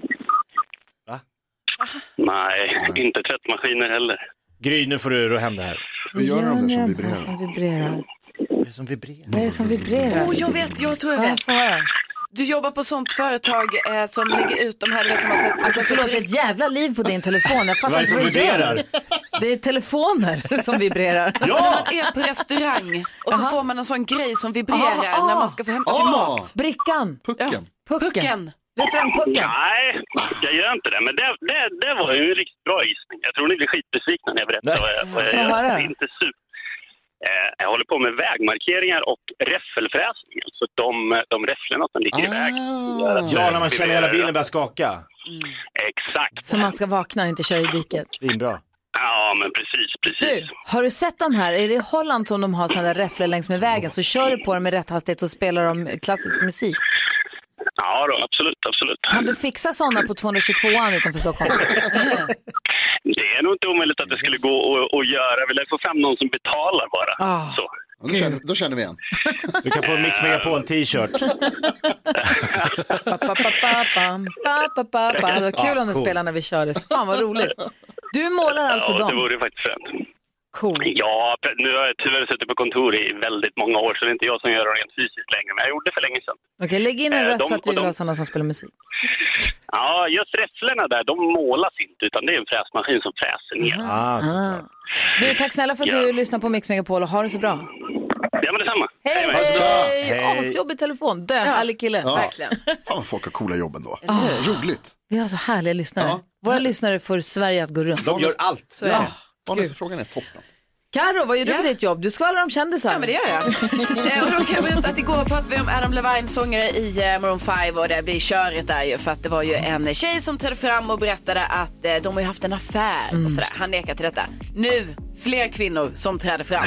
Speaker 15: Nej, inte tvättmaskiner heller.
Speaker 3: Gry, nu får du ro hem det här.
Speaker 4: Hur gör de det som
Speaker 2: vibrerar? Som vibrerar?
Speaker 3: Vad är det som vibrerar?
Speaker 2: Vad är det som vibrerar?
Speaker 8: Oh, jag vet, jag tror jag
Speaker 2: Ja,
Speaker 8: vet.
Speaker 2: får höra.
Speaker 8: Du jobbar på sånt företag eh, som lägger ut de här, du vet när man sätter
Speaker 2: Alltså förlåt, det är ett jävla liv på din telefon. Jag
Speaker 8: Vad är
Speaker 2: fattar
Speaker 8: det
Speaker 2: inte
Speaker 8: som
Speaker 2: du gör.
Speaker 8: vibrerar?
Speaker 3: Alltså,
Speaker 2: Det är telefoner [laughs] som vibrerar.
Speaker 8: Alltså när man är på restaurang och så
Speaker 2: Aha.
Speaker 8: får man en sån grej som vibrerar
Speaker 2: Ah, ah.
Speaker 8: när man ska få hämta sin
Speaker 2: Ah.
Speaker 8: Alltså, mat.
Speaker 2: Brickan.
Speaker 4: Pucken.
Speaker 2: Ja. Pucken. Restaurangpucken.
Speaker 15: Nej, jag gör inte det. Men det, det, det var ju en riktigt bra gissning. Jag tror ni blir skitbesvikna när jag berättar vad jag, vad jag
Speaker 2: Få
Speaker 15: gör.
Speaker 2: höra.
Speaker 15: Det är inte super. Eh, jag håller på med vägmarkeringar och räffelfräsning. Alltså de, de räfflorna som ligger i väg.
Speaker 3: Ah. Ja, när man känner hela bilen börjar skaka.
Speaker 15: Exakt.
Speaker 2: Så man ska vakna och inte köra i diket.
Speaker 3: Svinbra.
Speaker 15: Ja, men precis, precis.
Speaker 2: Du, har du sett de här? Är det i Holland som de har sådana där räfflor längs med vägen? Så kör du på dem i rätt hastighet så spelar de klassisk musik.
Speaker 15: Ja, då, absolut, absolut.
Speaker 2: Kan du fixa sådana på 222an utanför
Speaker 4: [laughs]
Speaker 2: Stockholm?
Speaker 15: Det är nog inte omöjligt att det skulle gå att, att göra. Vi lär få fram någon som betalar bara.
Speaker 2: Ah.
Speaker 15: Så.
Speaker 4: Då, känner, då känner vi igen.
Speaker 3: Du kan få en Mix Megapol-t-shirt.
Speaker 2: Ba-ba-ba-bam, ba-ba-ba-ba. Det var kul om den
Speaker 3: Ah, cool.
Speaker 2: spelarna vi körde. Fan vad roligt. Du målar alltså
Speaker 15: ja, det
Speaker 2: dem?
Speaker 15: vore ju faktiskt fränt.
Speaker 2: Cool.
Speaker 15: Ja, nu har jag tyvärr suttit på kontor i väldigt många år så det är inte jag som gör det rent fysiskt längre, men jag gjorde det för länge sedan.
Speaker 2: Okej, lägg in en
Speaker 15: Eh,
Speaker 2: röst
Speaker 15: de-
Speaker 2: för att du
Speaker 15: och
Speaker 2: vill
Speaker 15: de-
Speaker 2: ha sådana som spelar musik.
Speaker 15: Ja, just räfflorna där, de målas inte utan det är en fräsmaskin som fräser ner.
Speaker 3: Ah,
Speaker 2: Ah. Du, tack snälla för att du lyssnar på Mix Megapol och ha det så bra.
Speaker 15: Ja, men detsamma.
Speaker 2: Hej,
Speaker 4: Ha det så bra.
Speaker 2: hej!
Speaker 4: Hej.
Speaker 2: Asjobbig telefon, dö, härlig kille.
Speaker 4: Ja. [laughs] Fan vad folk har coola jobb ändå. Roligt.
Speaker 2: Vi har så härliga lyssnare. Våra lyssnare får Sverige att gå runt.
Speaker 4: allt.
Speaker 2: Så är det.
Speaker 4: Barnomsorgsfrågan är toppen.
Speaker 2: Karo, vad gör du på ditt jobb? Du skvallrar om kändisar. Ja, men
Speaker 8: det gör jag. Eh, och då kan jag berätta att igår pratade vi om Adam Levine, sångare i eh, Maroon 5 och det blir körigt där ju för att det var ju en tjej som trädde fram och berättade att eh, de har ju haft en affär och sådär. Han nekar till detta. Nu, fler kvinnor som träder fram.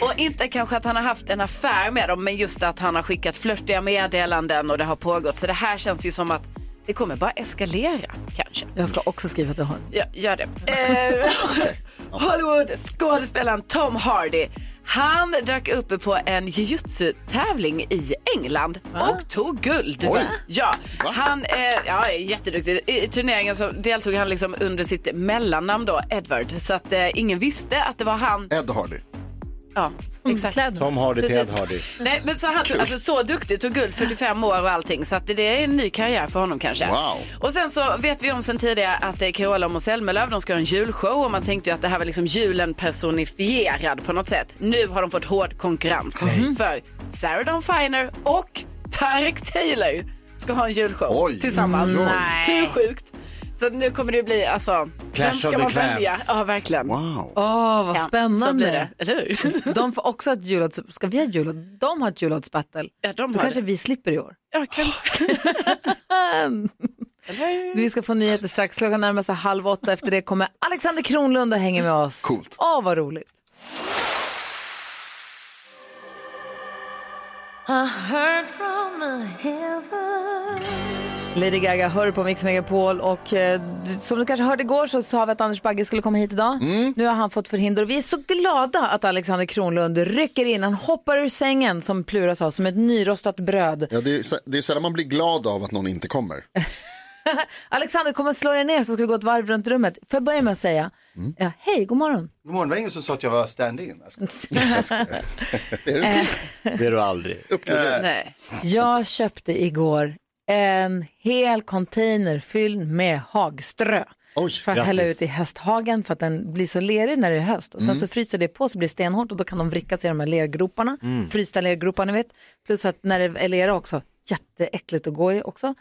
Speaker 8: Och inte kanske att han har haft en affär med dem men just att han har skickat flörtiga meddelanden och det har pågått. Så det här känns ju som att det kommer bara eskalera kanske.
Speaker 2: Jag ska också skriva att du har.
Speaker 8: Ja, gör det. Eh, Hollywood, skådespelaren Tom Hardy. Han dök upp på en jujutsu-tävling i England och tog guld.
Speaker 7: Oj.
Speaker 8: Ja, han eh, ja, är jätteduktig. I turneringen så deltog han liksom under sitt mellannamn då, Edward. Så att eh, ingen visste att det var han.
Speaker 4: Ed Hardy.
Speaker 8: Ja,
Speaker 2: Mm,
Speaker 8: exakt.
Speaker 3: Tom Hardy till Ed
Speaker 8: Precis.
Speaker 3: Hardy.
Speaker 8: Nej, men så, han, alltså, så duktig, tog guld 45 år och allting. Så att det- det är en ny karriär för honom kanske.
Speaker 7: Wow.
Speaker 8: Och sen så vet vi om sen tidigare att eh, Carola och Selmelöv, de ska ha en julshow och man tänkte ju att det här var liksom julen personifierad på något sätt. Nu har de fått hård konkurrens Mm. för Sarah Dawn Finer och Tarek Taylor ska ha en julshow tillsammans.
Speaker 2: Mm.
Speaker 7: Oj.
Speaker 8: Hur sjukt? Så att nu kommer det bli alltså,
Speaker 2: Clash
Speaker 8: vem ska
Speaker 2: of the
Speaker 8: man
Speaker 2: Clans.
Speaker 8: välja? Ja, verkligen.
Speaker 4: Wow.
Speaker 2: Åh, vad
Speaker 8: Ja,
Speaker 2: spännande.
Speaker 8: så blir det, eller hur?
Speaker 2: De får också ett jullåts... Ska vi ha jullåt? De har ett jullåtsbattle.
Speaker 8: Ja, de
Speaker 2: Då
Speaker 8: har
Speaker 2: kanske
Speaker 8: det.
Speaker 2: vi slipper i år.
Speaker 8: Ja, kan...
Speaker 2: [laughs] Vi ska få nyheter strax. Klockan närmar sig halv åtta. Efter det kommer Alexander Kronlund och hänger med oss. Coolt. Åh, vad roligt.
Speaker 7: I heard from the heaven.
Speaker 2: Lady Gaga hör på Mix Megapol och eh, du- som du kanske hörde igår så sa vi att Anders Bagge skulle komma hit idag. Nu har han fått förhinder och vi är så glada att Alexander Kronlund rycker in. Han hoppar ur sängen som Plura sa, som ett nyrostat bröd.
Speaker 4: Ja, det, är, sä- det är sällan man blir glad av att någon inte kommer.
Speaker 2: Alexander, kom och slå dig ner så ska vi gå ett varv runt rummet. Får jag börja med att säga ja, hej, god morgon.
Speaker 16: God morgon, det var ingen som sa att jag var stand-in.
Speaker 3: Det är du aldrig.
Speaker 8: Nej.
Speaker 2: Jag köpte igår en hel container fylld med hagströ. för att hälla ut i hästhagen för att den blir så lerig när det är höst. Och sen
Speaker 1: Mm.
Speaker 2: så fryser det på så blir det stenhårt och då kan de vricka sig i de här lergroparna,
Speaker 1: Mm.
Speaker 2: frysta lergropar ni vet. Plus att när det är lera också, jätteäckligt att gå i också.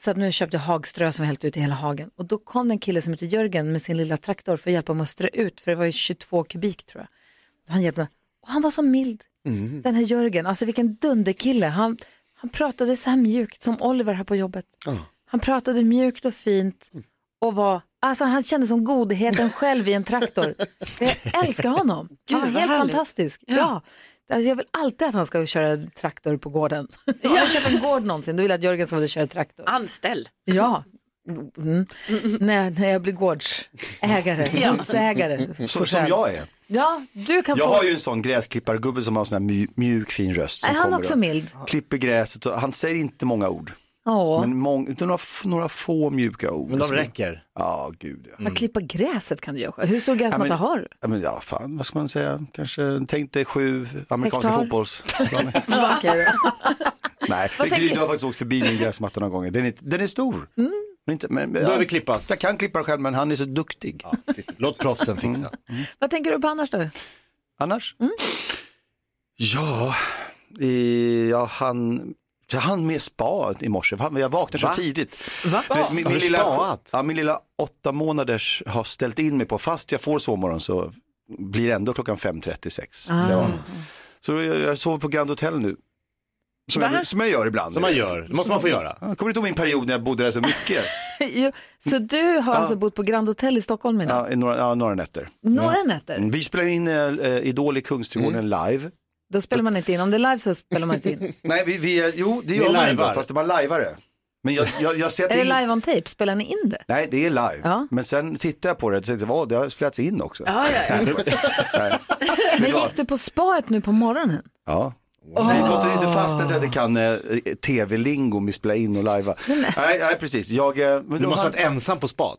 Speaker 2: Så att nu köpte jag hagströ som jag hällt ut i hela hagen. Och då kom det en kille som heter Jörgen med sin lilla traktor för att hjälpa mig att strö ut, för det var ju 22 kubik tror jag. Han hjälpte mig. Och han var så mild,
Speaker 16: Mm.
Speaker 2: den här Jörgen. Alltså vilken dunderkille. Han, han pratade så här mjukt, som Oliver här på jobbet. Han pratade mjukt och fint och var, alltså han kände som godheten själv i en
Speaker 16: [laughs]
Speaker 2: traktor. Jag älskar honom.
Speaker 8: Gud,
Speaker 2: han
Speaker 8: vad
Speaker 2: var helt
Speaker 8: härligt.
Speaker 2: fantastisk. Ja. Alltså, jag vill alltid att han ska köra traktor på gården. [laughs] Om jag köper en gård någonsin, då vill jag att Jörgen ska vara och köra traktor.
Speaker 8: Anställ.
Speaker 2: Ja. Mm. När, när jag blir gårdsägare,
Speaker 8: Ja.
Speaker 2: godsägare.
Speaker 16: Som, som jag är.
Speaker 2: Ja, du kan
Speaker 16: Jag
Speaker 2: få...
Speaker 16: har ju en sån gräsklippargubbe som har en sån här mju- mjuk fin röst. Som
Speaker 2: Är han
Speaker 16: kommer
Speaker 2: också
Speaker 16: och
Speaker 2: mild?
Speaker 16: Klipper gräset och han säger inte många ord.
Speaker 2: Åh.
Speaker 16: Men mång, utan några, f- några få mjuka ord.
Speaker 3: Men de
Speaker 16: Som-
Speaker 3: räcker.
Speaker 16: Ja, gud ja.
Speaker 2: Att klippa gräset kan du göra själv. Hur stor gräsmatta
Speaker 16: Ja, men-
Speaker 2: har
Speaker 16: [laughs]
Speaker 2: du?
Speaker 16: Ja, men, ja, fan, vad ska man säga? Kanske, tänk dig sju amerikanska
Speaker 2: Hektar.
Speaker 16: fotbolls...
Speaker 2: Vacker.
Speaker 16: Nej,
Speaker 2: Vad
Speaker 16: det är
Speaker 2: tänker-
Speaker 16: grymt. Jag har faktiskt åkt förbi min gräsmatta några gånger. Den är, den är stor.
Speaker 2: Mm.
Speaker 16: Men inte, men,
Speaker 3: Behöver
Speaker 16: ja, klippas. Jag kan klippa den själv, men han är så duktig.
Speaker 3: Låt proffsen fixa.
Speaker 2: Vad tänker du på annars då?
Speaker 16: Annars?
Speaker 2: Mm.
Speaker 16: Ja, eh, ja han... Jag hann med spa i morse, Han- jag vaknade så
Speaker 3: Va?
Speaker 16: tidigt.
Speaker 3: Va?
Speaker 16: Men Min,
Speaker 3: Har
Speaker 16: min,
Speaker 3: du
Speaker 16: lilla,
Speaker 3: spaat?
Speaker 16: ja, min lilla åtta månaders har ställt in mig på, fast jag får sovmorgon så blir det ändå klockan 5.36. Så, jag,
Speaker 3: Ah.
Speaker 16: så jag, jag sover på Grand Hotel nu. Som,
Speaker 2: Va?
Speaker 16: jag, som jag gör ibland.
Speaker 3: Som man gör. Det måste man få göra.
Speaker 16: Jag kommer inte ihåg min period när jag bodde där så mycket.
Speaker 2: [laughs] Jo, så du har
Speaker 16: Ja.
Speaker 2: alltså bott på Grand Hotel i Stockholm idag?
Speaker 16: ja, i några, ja, några nätter.
Speaker 2: Några
Speaker 16: Mm.
Speaker 2: nätter?
Speaker 16: Mm, Vi spelar in eh, Idol i Kungsträdgården live.
Speaker 2: Då spelar man inte in. Om det är live så spelar man inte
Speaker 16: [laughs]
Speaker 2: in.
Speaker 16: Mm. Nej, vi, vi, jo, det
Speaker 2: Ni
Speaker 16: gör man
Speaker 2: lajvar.
Speaker 16: ibland, fast man lajvar det. Men jag, jag, jag
Speaker 2: är
Speaker 16: sätter
Speaker 2: det
Speaker 16: in...
Speaker 2: live on tape? Spelar ni in det?
Speaker 16: Nej, det är live.
Speaker 2: Ja.
Speaker 16: Men sen tittar jag på det och tänkte, vad, det har spelats in också.
Speaker 2: Ja,
Speaker 16: ja, ja.
Speaker 2: Men gick du på spaet nu på morgonen?
Speaker 16: ja.
Speaker 2: Wow.
Speaker 16: Vi låter inte fast att jag inte kan eh, tv-lingo med spela in och lajva. Nej, nej, precis. Jag, eh, men
Speaker 3: Du måste
Speaker 16: han-
Speaker 3: varit ensam på spat.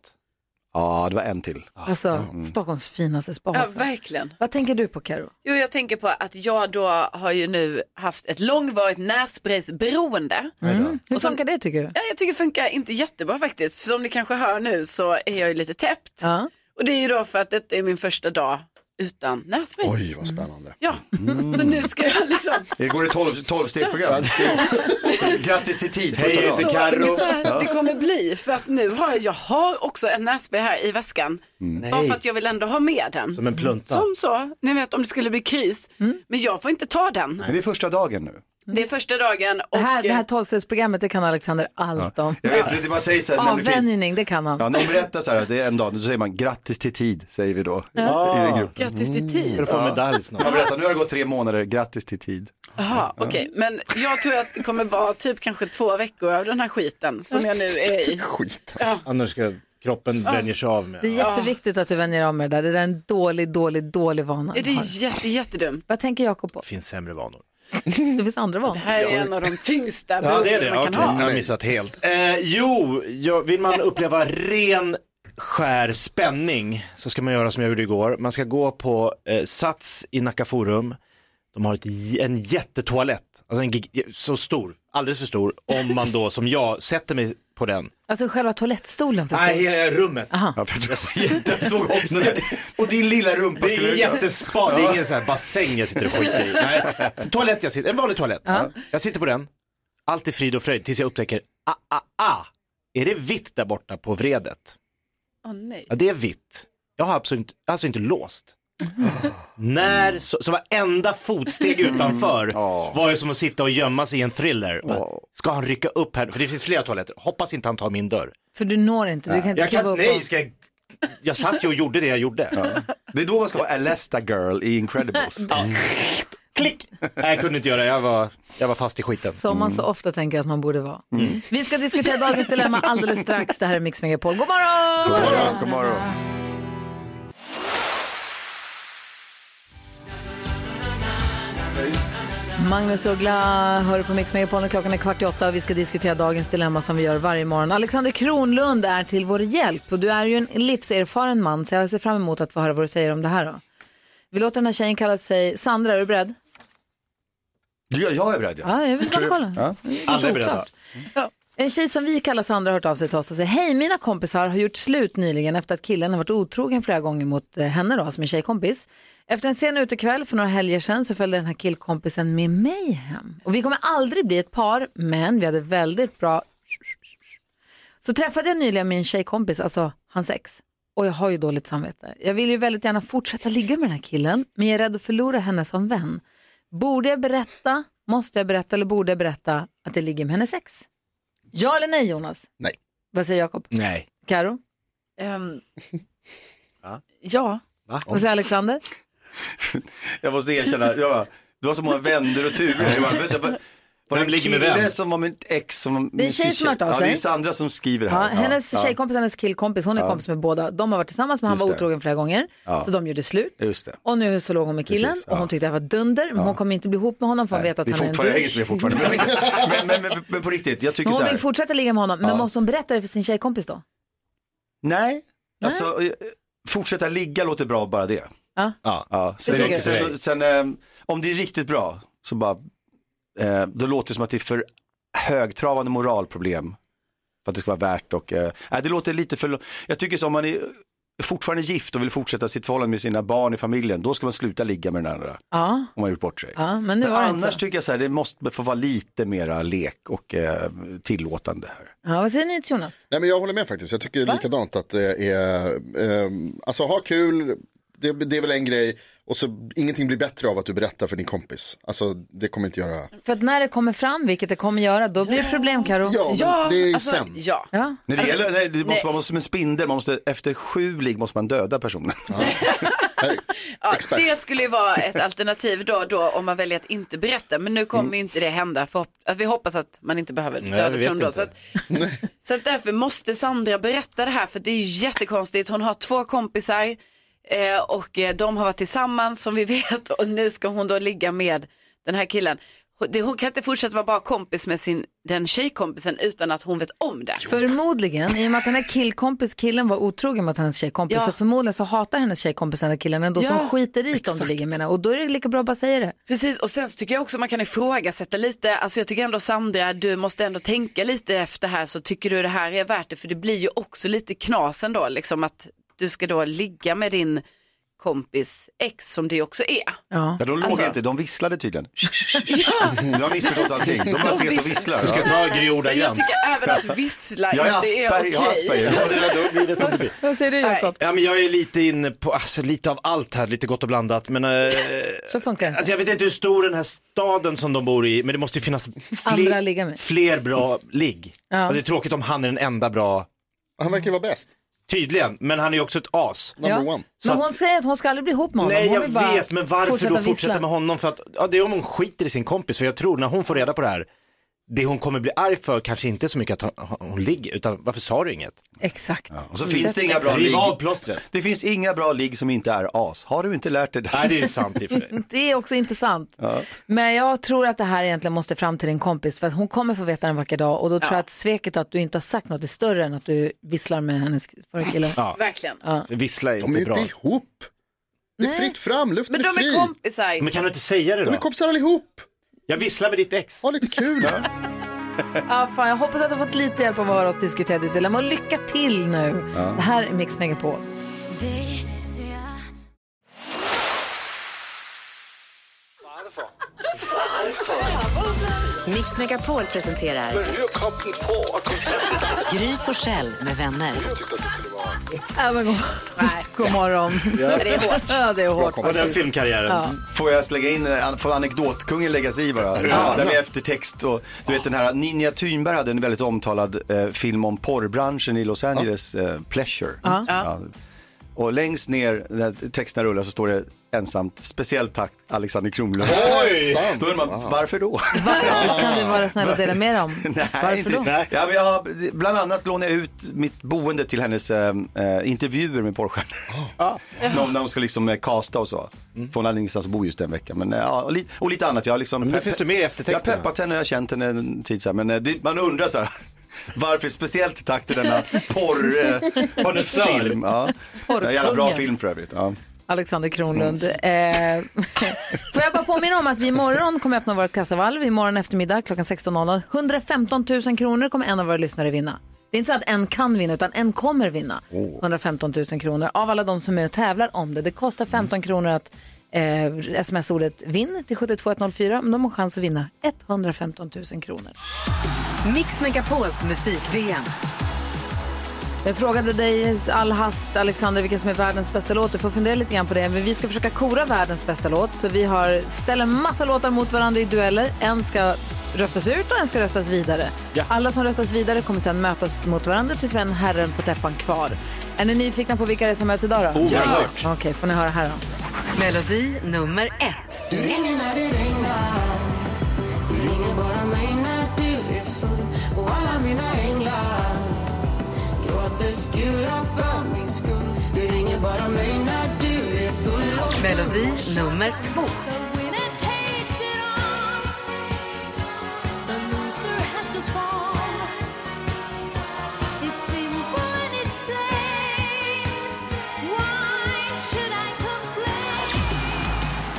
Speaker 16: Ja, det var en till.
Speaker 2: Alltså, Stockholms finaste spa
Speaker 8: Ja,
Speaker 2: också.
Speaker 8: verkligen.
Speaker 2: Vad tänker du på Karo?
Speaker 8: Jo, jag tänker på att jag då har ju nu haft ett långvarigt nässprejsberoende.
Speaker 2: Mm. Hur
Speaker 8: Och som-
Speaker 2: funkar det tycker du?
Speaker 8: Ja, jag tycker det funkar inte jättebra faktiskt. Som ni kanske hör nu så är jag ju lite täppt. Och det är ju då för att detta är min första dag utan nässpray.
Speaker 4: Oj, vad spännande.
Speaker 8: Ja, så nu ska jag liksom...
Speaker 16: Det går ett 12 tolvstegsprogram. Grattis till tid, första
Speaker 8: Så
Speaker 16: dagen.
Speaker 8: ungefär
Speaker 16: Ja.
Speaker 8: det kommer bli. För att nu har jag, jag har också en nässpray här i väskan. Bara för att jag vill ändå ha med den.
Speaker 16: Som en plunta.
Speaker 8: Som så, ni vet om det skulle bli kris. Men jag får inte ta den.
Speaker 16: Men det är första dagen nu.
Speaker 8: Det är första dagen och...
Speaker 2: Det här, det här tolvstegsprogrammet, det kan Alexander allt om.
Speaker 16: Jag vet, det man säger så här, när det blir-
Speaker 2: Avvänjning, det kan han.
Speaker 16: Ja, när de berättar så här, det är en dag, så säger man grattis till tid, säger vi då.
Speaker 2: Ja.
Speaker 16: I, i gruppen.
Speaker 8: Grattis till tid.
Speaker 16: Mm.
Speaker 8: Du får
Speaker 16: Ja.
Speaker 8: medalj snart.
Speaker 16: Man berättar, nu har det gått tre månader, grattis till tid.
Speaker 8: Jaha, okej. Men jag tror att det kommer vara typ kanske två veckor av den här skiten som jag nu är i.
Speaker 4: Skit.
Speaker 3: Annars ska kroppen vänjer sig av med.
Speaker 2: Det är jätteviktigt att du vänjer av med det där. Det där är en dålig, dålig, dålig vana.
Speaker 8: Är det
Speaker 2: du har.
Speaker 8: jätte, jättedumt?
Speaker 2: Vad tänker Jakob på?
Speaker 3: Det finns sämre vanor.
Speaker 2: Det finns andra vanor.
Speaker 8: Det här är en av de tyngsta
Speaker 3: Ja, det är
Speaker 8: beroenden
Speaker 3: det.
Speaker 8: man
Speaker 3: Okej,
Speaker 8: kan
Speaker 3: jag
Speaker 8: ha.
Speaker 3: har missat helt. Eh, jo, jag, vill man uppleva ren skär spänning så ska man göra som jag gjorde igår. Man ska gå på eh, Sats i Nacka Forum. De har ett, j- en jättetoalett, alltså en gig- så stor, alldeles för stor, om man då som jag sätter mig på den.
Speaker 2: Alltså själva toalettstolen förstår
Speaker 3: Nej, hela rummet.
Speaker 2: Aha.
Speaker 16: Jag såg också det. Och din lilla rumpa
Speaker 3: Det är
Speaker 16: skulle jag-
Speaker 3: jättespa, det är ingen så här bassäng jag sitter och skiter i. Nej. Toalett jag sitter, en vanlig toalett. Jag sitter på den, allt är frid och fröjd tills jag upptäcker, ah, ah, ah, är det vitt där borta på vredet?
Speaker 8: Åh nej.
Speaker 3: Ja, det är vitt. Jag har absolut, alltså inte låst. När, så, så varenda fotsteg utanför
Speaker 16: Mm.
Speaker 3: var ju som att sitta och gömma sig i en thriller. Bara, Ska han rycka upp här? För det finns flera toaletter. Hoppas inte han tar min dörr.
Speaker 2: För du når inte, du kan inte
Speaker 3: jag
Speaker 2: kliva
Speaker 3: kan,
Speaker 2: upp
Speaker 3: nej,
Speaker 2: och-
Speaker 3: ska jag, jag satt ju och gjorde det jag gjorde.
Speaker 16: Det är då man ska vara Alesta girl i Incredibles. Mm.
Speaker 3: Ja. Klick! Nej, jag kunde inte göra det. Jag var, jag Mm. var fast i skiten.
Speaker 2: Som man så ofta tänker att man borde vara. Vi ska diskutera dagens dilemma alldeles strax. Det här är Mix Megapol. God morgon!
Speaker 16: God morgon, god morgon.
Speaker 2: Magnus Uggla hör på Mix Megapol och klockan är kvart i åtta och vi ska diskutera dagens dilemma som vi gör varje morgon. Alexander Kronlund är till vår hjälp och du är ju en livserfaren man så jag ser fram emot att få höra vad du säger om det här då. Vi låter den här tjejen kalla sig Sandra, är du beredd?
Speaker 16: Ja, jag är beredd.
Speaker 2: Ja, jag vill bara
Speaker 16: Tror
Speaker 2: kolla.
Speaker 16: Ja.
Speaker 2: Det är lite oklart. En tjej som vi kallar Sandra har hört av sig till oss och säger hej mina kompisar har gjort slut nyligen efter att killen har varit otrogen flera gånger mot eh, henne då, som är tjejkompis. Efter en sen utekväll för några helger sedan så följde den här killkompisen med mig hem. Och vi kommer aldrig bli ett par, men vi hade väldigt bra... Så träffade jag nyligen min tjejkompis, alltså hans ex. Och jag har ju dåligt samvete. Jag vill ju väldigt gärna fortsätta ligga med den här killen, men jag är rädd att förlora henne som vän. Borde jag berätta, måste jag berätta eller borde jag berätta att jag ligger med hennes ex? Ja eller nej Jonas?
Speaker 4: Nej.
Speaker 2: Vad säger Jakob?
Speaker 3: Nej.
Speaker 2: Karo?
Speaker 8: Ehm, ja.
Speaker 16: Va?
Speaker 2: Vad säger Alexander?
Speaker 16: Jag måste erkänna, jag, det var så många vänder och turer. Jag bara, vänta, bara- Var det en
Speaker 3: ligger med
Speaker 16: kille
Speaker 3: vem?
Speaker 16: som var mitt ex? Som,
Speaker 2: Det är en tjej som har hört av
Speaker 16: Ja, det är
Speaker 2: sig.
Speaker 16: ju Sandra som skriver
Speaker 2: Ja,
Speaker 16: här.
Speaker 2: hennes
Speaker 16: ja.
Speaker 2: tjejkompis, hennes killkompis, hon är
Speaker 16: Ja.
Speaker 2: kompis med båda. De har varit tillsammans men han
Speaker 16: Just
Speaker 2: var
Speaker 16: det.
Speaker 2: otrogen flera gånger.
Speaker 16: Ja.
Speaker 2: Så de gjorde slut.
Speaker 16: Just det.
Speaker 2: Och nu så låg hon med killen
Speaker 16: Precis,
Speaker 2: och hon tyckte det här var dunder. Men hon kommer inte bli ihop med honom för hon vet att
Speaker 16: Vi är
Speaker 2: han är en
Speaker 16: fortfarande, jag hänger
Speaker 2: douche.
Speaker 16: inte med fortfarande.
Speaker 2: [laughs]
Speaker 16: Men, men, men, men, men på riktigt, jag tycker
Speaker 2: Men
Speaker 16: så
Speaker 2: hon
Speaker 16: här.
Speaker 2: vill fortsätta ligga med honom. Men
Speaker 16: Ja.
Speaker 2: måste hon berätta det för sin tjejkompis då?
Speaker 16: Nej, alltså eh, fortsätta ligga låter bra bara det.
Speaker 2: Ja.
Speaker 16: Ja. Sen,
Speaker 2: tycker
Speaker 16: sen,
Speaker 2: jag.
Speaker 16: sen, eh, om det är riktigt bra så bara, eh, då låter det som att det är för högtravande moralproblem för att det ska vara värt och, eh, nej, det låter lite för, jag tycker som om man är fortfarande gift och vill fortsätta sitt förhållande med sina barn i familjen, då ska man sluta ligga med den andra
Speaker 2: Ja.
Speaker 16: om man gjort bort sig.
Speaker 2: ja men nu var det inte
Speaker 16: annars
Speaker 2: så.
Speaker 16: tycker jag så här, det måste få vara lite mera lek och eh, tillåtande här.
Speaker 2: Ja, vad säger ni till Jonas?
Speaker 4: Nej, men jag håller med faktiskt. Jag tycker likadant att det är, ehm, alltså ha kul, det, det är väl en grej, och så ingenting blir bättre av att du berättar för din kompis. Alltså det kommer inte göra.
Speaker 2: För att när det kommer fram, vilket det kommer göra, då blir det problem Karo.
Speaker 4: Ja, men Ja, det är ju alltså, sen.
Speaker 8: Ja.
Speaker 2: ja.
Speaker 16: Nej, det
Speaker 4: Alltså-
Speaker 16: gäller, nej, det
Speaker 2: nej.
Speaker 16: måste, man måste som en spindel, man måste, efter sju ligg måste man döda personen.
Speaker 8: Ja,
Speaker 16: Expert.
Speaker 8: det skulle ju vara ett alternativ då, då om man väljer att inte berätta. Men nu kommer ju inte det hända. För att vi hoppas att man inte behöver
Speaker 7: Mm. Nej,
Speaker 8: döda
Speaker 7: vi vet
Speaker 8: personen då.
Speaker 7: inte.
Speaker 8: Så, att, så att därför måste Sandra berätta det här för det är ju jättekonstigt. Hon har två kompisar eh, och eh, de har varit tillsammans som vi vet och nu ska hon då ligga med den här killen. Hon- det- Hon kan inte fortsätta vara bara kompis med sin, den tjejkompisen utan att hon vet om det.
Speaker 2: Förmodligen, i och med att den här killkompis killen var otrogen mot hennes tjejkompis
Speaker 8: Ja.
Speaker 2: så förmodligen så hatar hennes tjejkompis den här killen ändå så
Speaker 8: Ja,
Speaker 2: hon skiter i om det ligger med henne. och då är det lika bra att bara säga det.
Speaker 8: Precis, och sen så tycker jag också man kan ifrågasätta lite, alltså jag tycker ändå Sandra, du måste ändå tänka lite efter här, så tycker du det här är värt det? För det blir ju också lite knas ändå, liksom att du ska då ligga med din kompis ex som det också är.
Speaker 2: Ja.
Speaker 16: de låg
Speaker 8: Alltså-
Speaker 16: inte, de visslade tydligen. Du har missförstått allting, de bara
Speaker 8: De
Speaker 16: ses och
Speaker 8: viss-
Speaker 16: visslar.
Speaker 3: Du ska ta Griorda
Speaker 8: Men jag tycker även att [laughs] vissla
Speaker 16: Jag är
Speaker 8: inte är
Speaker 16: Asperger,
Speaker 8: okej.
Speaker 16: jag är Asperger.
Speaker 3: Ja, det där, då blir det som det blir.
Speaker 2: Vad säger du Jakob?
Speaker 3: Ja, men jag är lite inne på, alltså, lite av allt här, lite gott och blandat. Men, eh,
Speaker 2: Så funkar det.
Speaker 3: alltså, jag vet inte hur stor den här staden som de bor i, men det måste ju finnas
Speaker 2: Andra
Speaker 3: fler,
Speaker 2: att ligga med.
Speaker 3: fler bra ligg.
Speaker 2: Ja.
Speaker 3: Alltså, det är tråkigt om han är den enda bra.
Speaker 4: Han verkar vara bäst.
Speaker 3: Tydligen, men han är ju också ett as. Så
Speaker 2: Men
Speaker 3: att-
Speaker 2: hon säger att hon ska aldrig bli ihop med honom.
Speaker 3: Nej
Speaker 2: hon
Speaker 3: jag
Speaker 2: vill bara
Speaker 3: vet, men varför
Speaker 2: fortsätta
Speaker 3: då fortsätta
Speaker 2: vissla.
Speaker 3: med honom? För att, ja, det är om hon skiter i sin kompis, för jag tror när hon får reda på det här, det hon kommer bli arg för kanske inte är så mycket att hon, hon ligger, utan varför sa du inget?
Speaker 2: Exakt.
Speaker 16: Och så finns det inga bra
Speaker 3: Riv
Speaker 16: ligg.
Speaker 3: av plåstret.
Speaker 16: Det finns inga bra ligg som inte är as. Har du inte lärt dig det?
Speaker 3: Nej, det är ju sant i och för sig.
Speaker 2: Det är också inte sant.
Speaker 16: Ja.
Speaker 2: Men jag tror att det här egentligen måste fram till din kompis för att hon kommer få veta en vacker dag och då tror jag att sveket att du inte har sagt något är större än att du visslar med hennes förra kille.
Speaker 3: Ja.
Speaker 8: Verkligen.
Speaker 2: [laughs] Ja.
Speaker 3: Vissla är
Speaker 4: De är
Speaker 3: inte bra.
Speaker 4: inte ihop. Det är fritt fram, luften
Speaker 8: Men de
Speaker 4: fri.
Speaker 8: är kompisar.
Speaker 3: Men kan du inte säga det då?
Speaker 4: De är kompisar allihop.
Speaker 3: Jag visslar med ditt ex.
Speaker 4: Ha lite kul.
Speaker 2: Ja, fan, jag hoppas att du har fått lite hjälp av vad vi har oss diskuterat ditt dilemma. Och lycka till nu.
Speaker 7: Ja.
Speaker 2: Det här är Mix Megapol.
Speaker 17: Mix Megapol presenterar
Speaker 7: hur kom ni på att
Speaker 17: Gry Forssell med vänner.
Speaker 2: Ja, men god, [laughs] god morgon.
Speaker 16: Ja.
Speaker 2: Det är hårt. Ja, det är hårt. faktiskt. Ja.
Speaker 16: Får jag lägga in, eh, an- får anekdotkungen lägga sig i bara?
Speaker 2: Ja.
Speaker 16: Den är eftertext och du vet den här, Ninja Thunberg hade en väldigt omtalad eh, film om porrbranschen i Los Angeles, eh, Pleasure.
Speaker 7: Ja.
Speaker 16: Och längst ner, när texten rullar, så står det ensamt, speciellt tack Alexander Kronlund. [laughs]
Speaker 7: Oj!
Speaker 16: Då undrar man, varför då?
Speaker 2: Varför kan du vara snäll och dela med dig om?
Speaker 16: [laughs] Nej,
Speaker 2: Varför
Speaker 16: inte,
Speaker 2: då?
Speaker 16: nej. Ja, men jag, har- bland annat lånade jag ut mitt boende till hennes eh, eh, intervjuer med porrstjärnor. Någon när hon ska liksom eh, casta och så. För hon hade ingenstans att bo just den veckan. Men, eh, ja, och, li- och lite annat. Jag har liksom
Speaker 3: Men då finns du med i eftertexterna.
Speaker 16: Jag har peppat henne och jag har känt henne en tid så här. Men eh, det, man undrar så här. Varför speciellt tack till denna porr... Eh, [laughs]
Speaker 3: Porrfilm.
Speaker 16: film. Ja. En jävla bra
Speaker 3: Porrkungen.
Speaker 16: film för övrigt. Ja.
Speaker 2: Alexander Kronlund. Eh, [laughs] får jag bara påminna om att vi imorgon kommer öppna vårt kassavalv. Imorgon eftermiddag klockan 16.00. 115 000 kronor kommer en av våra lyssnare vinna. Det är inte så att en kan vinna, utan en kommer vinna. 115 000 kronor av alla de som är med och tävlar om det. Det kostar 15 kronor att eh, sms-ordet vinn till 72104. Men de har chans att vinna 115 000 kronor.
Speaker 17: Mix Megapols musik-VM.
Speaker 2: Jag frågade dig all hast, Alexander, vilken som är världens bästa låt. Du får fundera lite grann på det. Men vi ska försöka kora världens bästa låt. Så vi har ställer en massa låtar mot varandra i dueller. En ska röstas ut och en ska röstas vidare. Alla som röstas vidare kommer sedan mötas mot varandra tills vi har en herren på täppan kvar. Är ni nyfikna på vilka det är som möts idag då?
Speaker 17: Oerhört.
Speaker 2: Okej, får ni höra här då.
Speaker 17: Melodi nummer ett.
Speaker 7: Du ringer när det regnar Du ringer bara mig när du är full Och alla mina änglar gråter skurar för min skull Du ringer bara mig när du är full
Speaker 17: Melodi nummer två.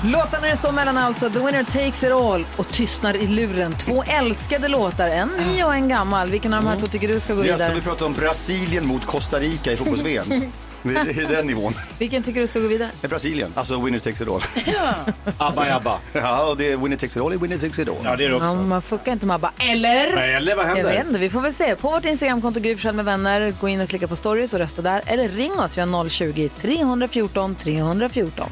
Speaker 2: Låtarna det står mellan är alltså The Winner Takes It All och Tystnar i luren. Två älskade låtar, en ny och en gammal. Vilken av de här två tycker du ska gå
Speaker 16: Det är alltså vi
Speaker 2: vidare?
Speaker 16: pratar om Brasilien mot Costa Rica i fotbolls-VM. Det är det är den nivån.
Speaker 2: Vilken tycker du ska gå vidare?
Speaker 16: Det är Brasilien, alltså winner takes it all. [laughs] Abba är Abba. Ja, och det är winner takes it all är winner takes it all. Ja, det är
Speaker 2: Ja, man fuckar inte man bara, eller?
Speaker 16: Nej, eller vad händer?
Speaker 2: Jag vet inte, vi får väl se. På vårt Instagramkonto Gry Forssell med vänner, gå in och klicka på stories och rösta där. Eller ring oss, vi har 020-314 314.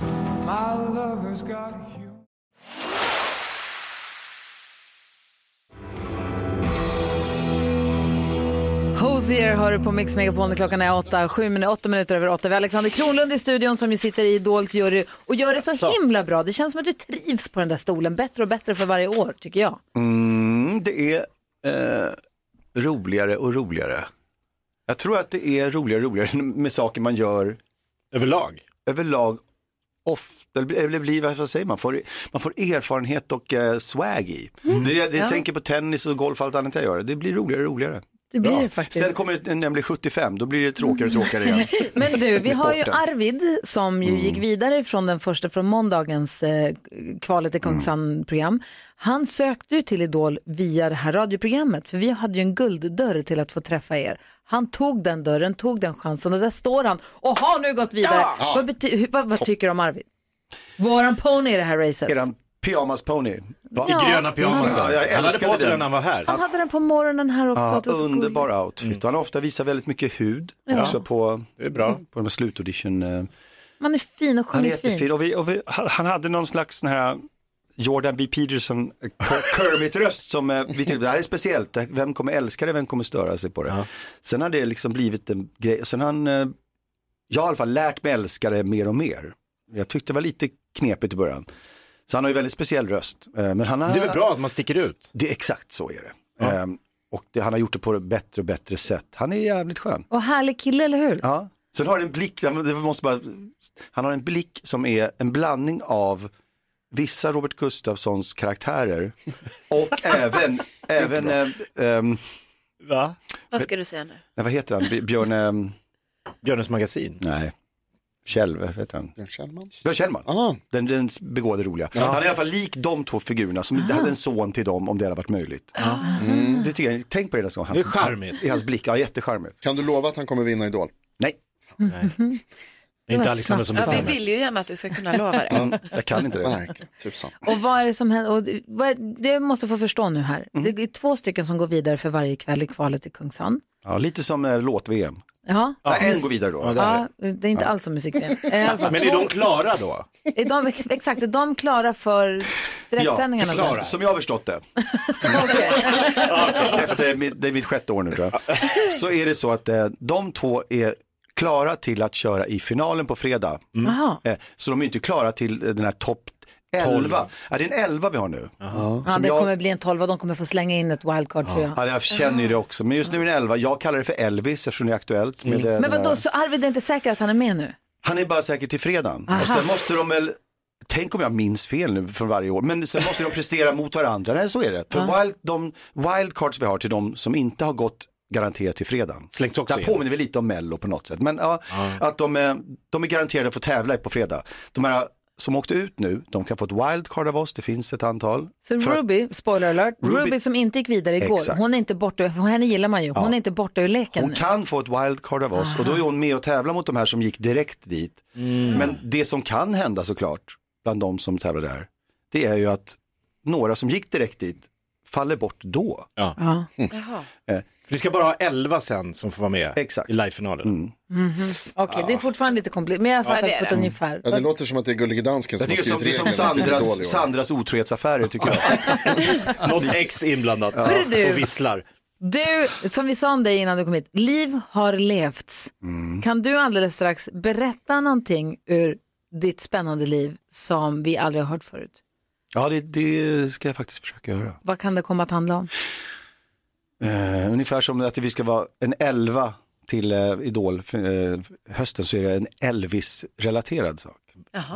Speaker 2: Hosier hör du på Mix Megapol när klockan är åtta, sju minuter, åtta minuter över åtta. Vi har Alexander Kronlund i studion som ju sitter i Idols jury och gör det så,
Speaker 16: Så.
Speaker 2: himla bra. Det känns som att du trivs på den där stolen bättre och bättre för varje år, tycker jag.
Speaker 16: Mm, det är eh, roligare och roligare. Jag tror att det är roligare och roligare [laughs] med saker man gör överlag. Överlag ofta, eller blir- eller blir, vad säger man, får, man får erfarenhet och eh, swag i. Det, jag, jag
Speaker 2: Mm. Ja.
Speaker 16: tänker på tennis och golf och allt annat jag gör, det blir roligare och roligare.
Speaker 2: Det blir
Speaker 16: Bra.
Speaker 2: det faktiskt.
Speaker 16: Sen kommer det, när jag blir 75, då blir det tråkigare och tråkigare igen.
Speaker 2: [laughs] Men du, vi
Speaker 16: Med
Speaker 2: har ju
Speaker 16: sporten.
Speaker 2: Arvid som ju gick vidare från den första från måndagens eh, kvalet i Kungsan-program. Han sökte ju till Idol via det här radioprogrammet, för vi hade ju en gulddörr till att få träffa er. Han tog den dörren, tog den chansen och där står han och har nu gått vidare.
Speaker 16: Ja!
Speaker 2: Vad, bety- hur- vad, vad tycker du om Arvid? Våran pony i det här racet.
Speaker 16: Eran pyjamasponny.
Speaker 2: Ja. I gröna pyjamasar.
Speaker 16: Ja, jag
Speaker 3: Han hade
Speaker 16: älskade
Speaker 3: på sig den när han var här.
Speaker 2: Han hade den på morgonen här också.
Speaker 16: Ja,
Speaker 2: att det var så gulligt.
Speaker 16: underbar outfit. Han har ofta visar väldigt mycket hud
Speaker 2: Ja.
Speaker 16: också på, Mm. det är bra. på de här slutaudition. eh.
Speaker 2: Man är fin och
Speaker 18: Han är
Speaker 2: sjunger
Speaker 18: jättefin
Speaker 2: fint.
Speaker 18: och, vi, och vi, han han hade någon slags sån här Jordan B. Peterson eh, Ker- Kermit-röst som eh, vi tyckte det här är speciellt. Det-
Speaker 16: Vem kommer älska det, vem kommer störa sig på det? Sen har det liksom blivit en grej, sen har han, eh, jag har i alla fall lärt mig älska det mer och mer. Jag tyckte det var lite knepigt i början. Så han har ju väldigt speciell röst. eh, Men han har,
Speaker 3: Det är väl bra att man sticker ut?
Speaker 16: Det, exakt så är det. Eh, Och det, han har gjort det på ett bättre och bättre sätt. Han är jävligt skön.
Speaker 2: Och härlig kille, eller hur?
Speaker 16: Ja. Sen har han en blick, ja, men det måste bara, han har en blick som är en blandning av vissa Robert Gustafssons karaktärer och
Speaker 4: [laughs]
Speaker 16: även, även eh, ehm,
Speaker 3: Va?
Speaker 8: Vad ska du säga nu?
Speaker 16: nej, vad heter han, Bj- Björn... ehm, Björnes magasin? Nej, Kjell, vad heter han?
Speaker 4: Björn Kjellman.
Speaker 16: Björn Kjellman, den, den begåvade roliga.
Speaker 4: Ja. Ah.
Speaker 16: Han är i alla fall lik de två figurerna, som det hade en son till dem om det hade varit möjligt. Mm. Det tycker jag, tänk på det nästa gång.
Speaker 4: Det är charmigt.
Speaker 16: I hans blick, ja jättecharmigt.
Speaker 4: Kan du lova att han kommer vinna Idol?
Speaker 16: Nej.
Speaker 4: Det var Inte Alexander som
Speaker 8: Ja, vi
Speaker 4: bestämmer.
Speaker 8: vill ju gärna att du ska kunna lova det. [laughs]
Speaker 16: Mm, Jag kan
Speaker 4: [laughs]
Speaker 16: inte det.
Speaker 4: Verkligen, tusan.
Speaker 2: Och vad är det som händer? Och det- vad är, det jag måste få förstå nu här. Det är två stycken som går vidare för varje kväll i kvalet i Kungsan.
Speaker 16: Ja, lite som eh, låt-VM.
Speaker 2: Ja.
Speaker 16: Nej, en går vidare då.
Speaker 2: Ja, det är inte alls som musik. Men
Speaker 16: klara då?
Speaker 2: Är de, ex- exakt, är de klara för direktsändningarna? då?
Speaker 16: som, som jag har förstått det. Nej, för att det, är mitt, det är mitt sjätte år nu tror jag. Så är det så att eh, de två är klara till att köra i finalen på fredag.
Speaker 2: Jaha.
Speaker 16: Eh, så de är inte klara till eh, den här topp 11. Ja, det är en 11 vi har nu.
Speaker 2: Ja,
Speaker 16: Som
Speaker 2: det
Speaker 16: jag,
Speaker 2: kommer bli en tolva, de kommer få slänga in ett wildcard tror jag.
Speaker 16: ja, jag känner ju det också. Men just nu är det en 11. Jag kallar det för Elvis eftersom det är aktuellt. Med eh,
Speaker 2: Men
Speaker 16: den här-
Speaker 2: vadå, så Arvid är inte säker att han är med nu?
Speaker 16: Han är bara säker till fredagen.
Speaker 2: Aha.
Speaker 16: Och sen måste de väl, tänk om jag minns fel nu från varje år, men sen måste de prestera mot varandra. Nej, så är det. För
Speaker 2: Ja.
Speaker 16: wild, de wildcards vi har till de som inte har gått garanterat till fredagen.
Speaker 3: Slängts också
Speaker 16: Det här
Speaker 3: in.
Speaker 16: påminner väl lite om Mello på något sätt. Men ja, att de, är- de är garanterade att få tävla på fredag. De här som åkte ut nu, de kan få ett wildcard av oss, det finns ett antal.
Speaker 2: Så
Speaker 16: För-
Speaker 2: Ruby, spoiler alert, Ruby,
Speaker 16: Ruby-
Speaker 2: som inte gick vidare igår,
Speaker 16: Exakt.
Speaker 2: hon är inte borta, för henne gillar man ju, hon
Speaker 16: Ja.
Speaker 2: är inte borta ur leken.
Speaker 16: Hon kan få ett wildcard av oss och då är hon med och tävlar mot de här som gick direkt dit. Men det som kan hända såklart, bland de som tävlar där, det är ju att några som gick direkt dit faller bort då.
Speaker 2: Ja.
Speaker 3: Vi ska bara ha 11 sen som får vara med
Speaker 16: Exakt.
Speaker 3: i livefinalen.
Speaker 2: Mhm. Okej, det är fortfarande lite komplicerat, men jag
Speaker 4: Ja,
Speaker 2: fattar
Speaker 4: det är
Speaker 2: på ett
Speaker 4: det.
Speaker 2: ungefär.
Speaker 4: Ja, det låter som att det är Gullige Dansken som
Speaker 16: Det
Speaker 4: har
Speaker 16: är som,
Speaker 4: skrivit
Speaker 16: det är som
Speaker 4: reglerna till Idol i år.
Speaker 16: Sandras, Sandras otrohetsaffärer tycker jag.
Speaker 3: Något ex inblandat
Speaker 2: Hörru du. och
Speaker 3: visslar.
Speaker 2: Du, som vi sa om dig innan du kom hit, liv har levts. Kan du alldeles strax berätta någonting ur ditt spännande liv som vi aldrig har hört förut?
Speaker 16: Ja, det, det ska jag faktiskt försöka göra.
Speaker 2: Vad kan det komma att handla om?
Speaker 16: Eh, ungefär som att vi ska vara en elva till eh, Idol eh, hösten så är det en Elvis-relaterad sak.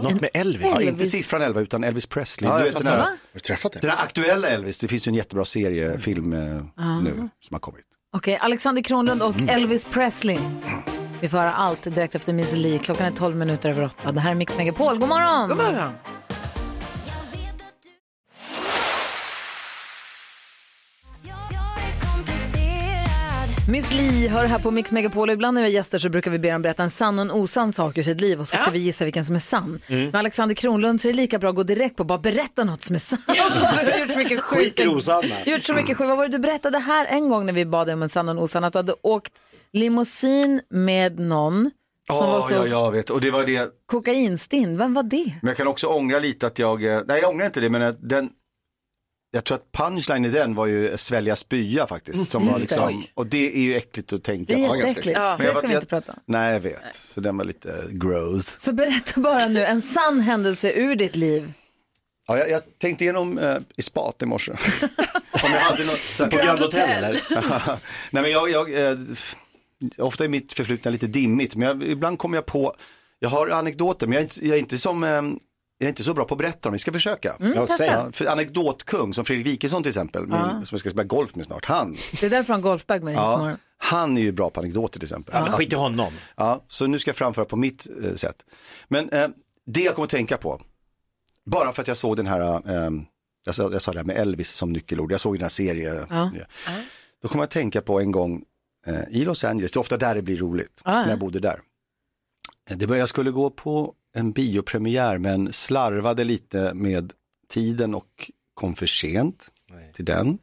Speaker 3: Något med Elvis?
Speaker 16: Ja, inte
Speaker 3: Elvis.
Speaker 16: siffran 11 utan Elvis Presley.
Speaker 3: Ja,
Speaker 16: du
Speaker 3: jag
Speaker 16: vet den här,
Speaker 3: fattar. Va? Har du träffat
Speaker 16: den här aktuella Elvis, det finns ju en jättebra serie, film eh,
Speaker 2: Ah.
Speaker 16: nu som har kommit.
Speaker 2: Okej, Alexander Kronlund och Elvis Presley. Vi får höra allt direkt efter Miss Li. Klockan är 12 minuter över 8. Det här är Mix Megapol. God morgon!
Speaker 8: God morgon.
Speaker 2: Miss Li hör här på Mix Megapol. Ibland när vi har gäster så brukar vi be dem berätta en sann och en osann sak ur sitt liv och så ska vi gissa vilken som är sann.
Speaker 7: Mm.
Speaker 2: Med Alexander Kronlund så är det lika bra att gå direkt på bara berätta något som är sant. För du har [laughs] gjort så mycket skit.
Speaker 7: Skit i det osanna.
Speaker 2: Gjort så mycket skit. Vad var det du berättade här en gång när vi bad dig om en sann och en osann? Att du hade åkt limousin med någon som
Speaker 16: Ja,
Speaker 2: var så
Speaker 16: ja, jag vet. Och det var det
Speaker 2: kokainstinn. Vem var det?
Speaker 16: Men jag kan också ångra lite att jag, eh, nej jag ångrar inte det men att den, jag tror att punchline i den var ju svälja spya faktiskt. Som
Speaker 2: Just
Speaker 16: var
Speaker 2: det.
Speaker 16: liksom,
Speaker 2: Oj.
Speaker 16: och det är ju äckligt att tänka
Speaker 2: Det är
Speaker 16: på.
Speaker 2: jätteäckligt. Ja. Så
Speaker 16: Men jag
Speaker 2: det ska
Speaker 16: var-
Speaker 2: vi inte prata om.
Speaker 16: Nej jag vet, så den var lite gross.
Speaker 2: Så berätta bara nu en sann händelse ur ditt liv.
Speaker 16: Ja, jag, jag tänkte igenom eh, i spat
Speaker 2: [laughs]
Speaker 16: i morse. Om jag hade något, så här-
Speaker 2: På Grand Hotel, eller?
Speaker 16: [laughs] Nej men jag, jag eh, f- ofta är mitt förflutna lite dimmigt, men jag, ibland kommer jag på, jag har anekdoter, men jag är inte, jag är inte som, eh, jag är inte så bra på att berätta dem, vi ska försöka.
Speaker 2: Mm, Ja, testa. säg.
Speaker 16: för anekdotkung, som Fredrik Wikesson till exempel, min,
Speaker 2: Ja.
Speaker 16: som jag ska spela golf med snart, han,
Speaker 2: Det är därför han golfbag med dig på
Speaker 16: ja,
Speaker 2: morgonen.
Speaker 16: han är ju bra på anekdoter till exempel.
Speaker 2: Ja, men skit
Speaker 3: i honom.
Speaker 16: Ja, så nu ska jag framföra på mitt eh, sätt. Men eh, det jag kommer att tänka på, bara för att jag såg den här, eh, jag, sa, jag sa det här med Elvis som nyckelord, jag såg den här serien.
Speaker 7: Ja.
Speaker 16: Då kommer jag att tänka på en gång eh, i Los Angeles, det är ofta där det blir roligt,
Speaker 7: Ah, Ja, ja.
Speaker 16: när jag bodde där. Eh, Det var, jag skulle gå på en biopremiär men slarvade lite med tiden och kom för sent till den.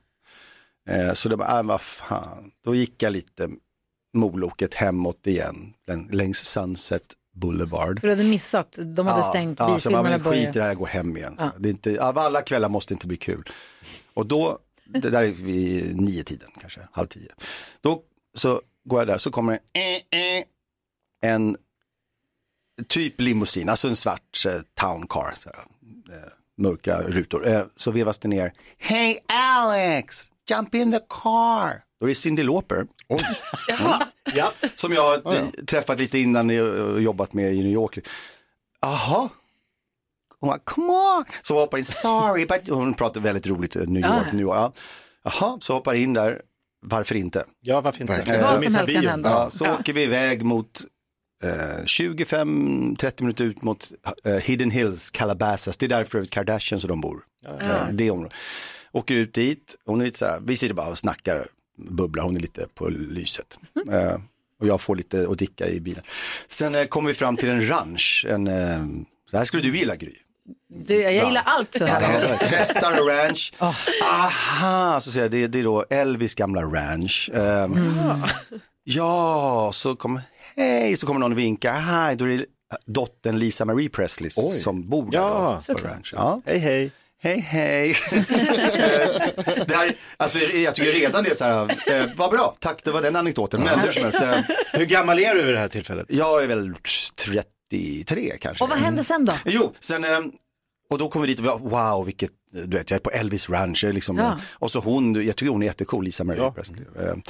Speaker 16: Eh, så det var, äh, vad fan, då gick jag lite moloket hemåt igen läng- längs Sunset Boulevard.
Speaker 2: För du hade missat, de hade stängt,
Speaker 16: ja, så jag bara,
Speaker 2: bilfilmerna
Speaker 16: men skit i det
Speaker 2: började.
Speaker 16: här, jag går hem igen. Så
Speaker 2: Ja.
Speaker 16: Det är inte, ja, alla kvällar måste inte bli kul. Och då, det där är vid nio tiden kanske, halv tio. Då så går jag där, så kommer eh, en typ limousin, alltså en svart eh, town car, så här, eh, mörka rutor. Eh, så vevas det ner, Hey Alex, jump in the car. då är det Cyndi Lauper. Ja. Som jag har träffat lite innan och jobbat med i New York. Aha. Hon bara, come on. Så hoppar in, sorry, but... Hon pratar väldigt roligt eh, New
Speaker 7: Ja.
Speaker 16: York. New York. Ja. Aha, så hoppar in där, varför inte?
Speaker 3: Ja, varför inte?
Speaker 16: Eh,
Speaker 3: Vad som missar helst kan bion. hända.
Speaker 16: Ja, så
Speaker 3: Ja.
Speaker 16: åker vi iväg mot eh, 25-30 minuter ut mot eh, Hidden Hills, Calabasas. Det är därför Kardashians och de bor. Eh, Det området. Åker ut dit, hon är lite så här, vi sitter bara och snackar, bubblar, hon är lite på lyset. Eh, och jag får lite att dricka i bilen. Sen eh, kommer vi fram till en ranch, en, eh, det här skulle du gilla Gry.
Speaker 2: Du, jag gillar allt så här.
Speaker 16: Häst- Hästar och ranch. Aha, så säger jag, det, det är då Elvis gamla ranch. Ehm, Ja, så kommer, hej, så kommer någon och vinkar, hej, då är det äh, dottern Lisa Marie Presley som bor där då, på
Speaker 7: Såklart.
Speaker 16: ranch. Ja.
Speaker 3: Hej, hej.
Speaker 16: Hej, hej. [laughs] Eh, där, alltså, jag tycker redan det är så här, eh, vad bra, tack, det var den anekdoten. Men hur som helst.
Speaker 3: Hur gammal är du vid det här tillfället?
Speaker 16: Jag är väl 33 kanske.
Speaker 2: Och vad hände sen då?
Speaker 16: Jo, sen, eh, och då kom vi dit och vi var, wow, vilket, du vet, jag är på Elvis Ranch, jag är liksom,
Speaker 2: Ja.
Speaker 16: eh, och så hon, jag tycker hon är jättecool, Lisa Marie Presley. Eh, ehm,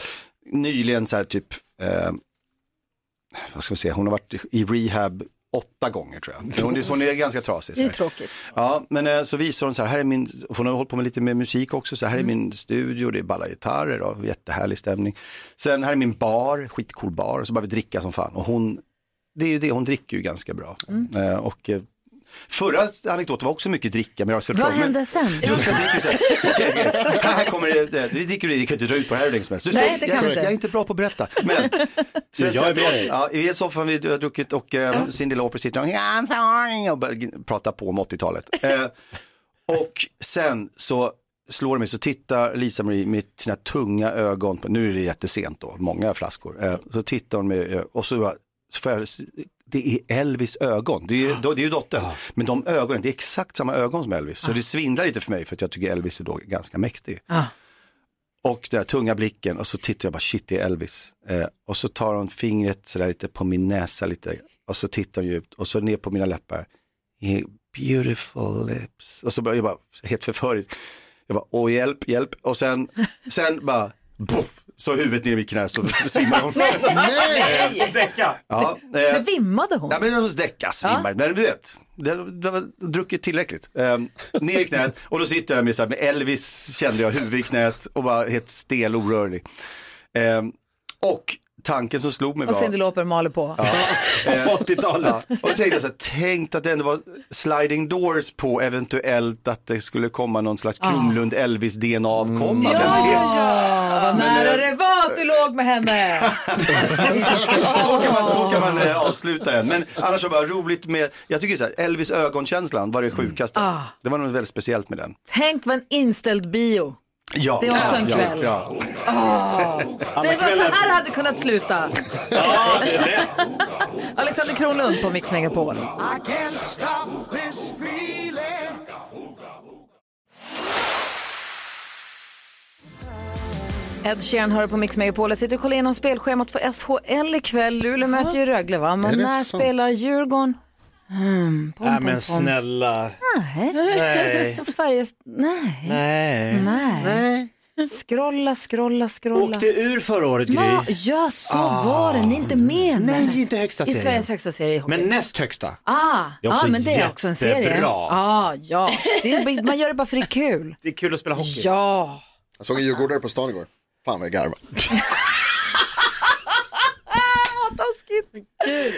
Speaker 16: Nyligen så här typ, eh, vad ska man säga, hon har varit i rehab åtta gånger tror jag. Hon, hon är ganska trasig. så
Speaker 2: Det är
Speaker 16: här.
Speaker 2: tråkigt.
Speaker 16: Ja, men eh, så visar hon så här, här är min, hon har hållit på med lite med musik också, så här
Speaker 2: Mm.
Speaker 16: är min studio, det är balla gitarrer och jättehärlig stämning. Sen här är min bar, skitcool bar, så bara vi dricka som fan. Och hon, det är ju det, hon dricker ju ganska bra.
Speaker 2: Mm.
Speaker 16: Eh, Och eh, förra anekdoten var också mycket dricka, men jag har sett
Speaker 2: Vad
Speaker 16: fram- men-
Speaker 2: hände sen?
Speaker 16: [laughs] här kommer det, det, vi dricker och vi kan inte dra ut på det här hur länge som helst. Så-
Speaker 2: Nej, det kan
Speaker 16: jag,
Speaker 2: vi
Speaker 16: jag
Speaker 2: inte.
Speaker 16: är inte bra på att berätta.
Speaker 2: [laughs]
Speaker 16: Men
Speaker 2: Jag
Speaker 16: sätter
Speaker 2: är med
Speaker 16: vi oss-
Speaker 2: dig.
Speaker 16: ja, Vi är i soffan, vi har druckit och eh, Cyndi Lauper sitter och, I'm sorry, och börjar prata på om 80-talet. Eh, och sen så slår det mig, så tittar Lisa Marie med sina tunga ögon, på, nu är det jättesent då, många flaskor, eh, så tittar hon med, eh, och så, bara- så får jag, det är Elvis ögon, det är, då- det är ju dottern, men de ögonen, det är exakt samma ögon som Elvis, så det svindlar lite för mig för att jag tycker Elvis är då ganska mäktig.
Speaker 2: Ah.
Speaker 16: Och den här tunga blicken och så tittar jag bara, shit det är Elvis. Eh, och så tar hon fingret sådär lite på min näsa lite och så tittar hon djupt och så ner på mina läppar. Eh, Beautiful lips. Och så börjar jag bara, helt förföriskt. Jag bara, åh hjälp, hjälp. Och sen, sen bara, boff, så huvudet ner i mitt knä så svimmar hon.
Speaker 2: Nej!
Speaker 16: Ja, eh,
Speaker 2: Svimmade hon?
Speaker 16: Ja, men hon däckar, svimmar. Men du vet, det, det var druckit tillräckligt. Ehm, ner i knät och då sitter jag med, så här, med Elvis kände jag huvud i knät och bara helt stel och orörlig. Ehm, och tanken som slog mig
Speaker 2: Och
Speaker 16: var...
Speaker 2: Cyndi Lauper maler på.
Speaker 16: Eh, Ja. Och jag tänkte så här, tänk att det ändå var sliding doors på eventuellt att det skulle komma någon slags
Speaker 2: Ah.
Speaker 16: Kronlund Elvis DNA-avkomma.
Speaker 2: Ja, vad nära
Speaker 16: Men, eh,
Speaker 2: det var att du låg med henne.
Speaker 16: så kan man, så kan man eh, avsluta den. Men annars var det bara roligt med, jag tycker så här, Elvis ögonkänslan var det sjukaste.
Speaker 2: Ah.
Speaker 16: Det var något väldigt speciellt med den.
Speaker 2: Tänk vad en inställd bio.
Speaker 16: Ja,
Speaker 2: Det är också
Speaker 16: ja,
Speaker 2: en
Speaker 16: ja,
Speaker 2: kväll.
Speaker 16: Ja,
Speaker 2: Åh, Det var så här det hade kunnat sluta. Alexander Kronlund på Mix Megapol.
Speaker 7: I can't stop this feeling
Speaker 2: Ed Sheeran hör på Mix Megapol. Jag sitter och kollar igenom spelschemat för SHL ikväll. Luleå möter ju Rögle va?
Speaker 3: Är
Speaker 2: Men
Speaker 3: det
Speaker 2: när
Speaker 3: sant?
Speaker 2: spelar Djurgården? Mm, pom,
Speaker 3: Nej
Speaker 2: pom,
Speaker 3: men
Speaker 2: pom.
Speaker 3: snälla.
Speaker 2: Nej. [laughs]
Speaker 3: Nej.
Speaker 2: Färjestad? Nej.
Speaker 3: Nej.
Speaker 2: Nej. Scrolla, scrolla, scrolla.
Speaker 3: Åkte ur förra året Gry.
Speaker 2: Ja, ja, så
Speaker 3: Ah.
Speaker 2: var det. Ni är inte med.
Speaker 3: Nej, inte högsta
Speaker 2: I
Speaker 3: serien.
Speaker 2: Sveriges högsta serie i hockey.
Speaker 3: Men näst högsta.
Speaker 2: Ah,
Speaker 3: Det är också
Speaker 2: ah, men det är också en serie.
Speaker 3: jättebra.
Speaker 2: Ah, ja, det är, man gör det bara för det är
Speaker 3: [laughs]
Speaker 2: kul.
Speaker 3: Det är kul att spela hockey.
Speaker 2: Ja.
Speaker 4: Jag såg en djurgårdare på stan igår. Fan vad jag garvade.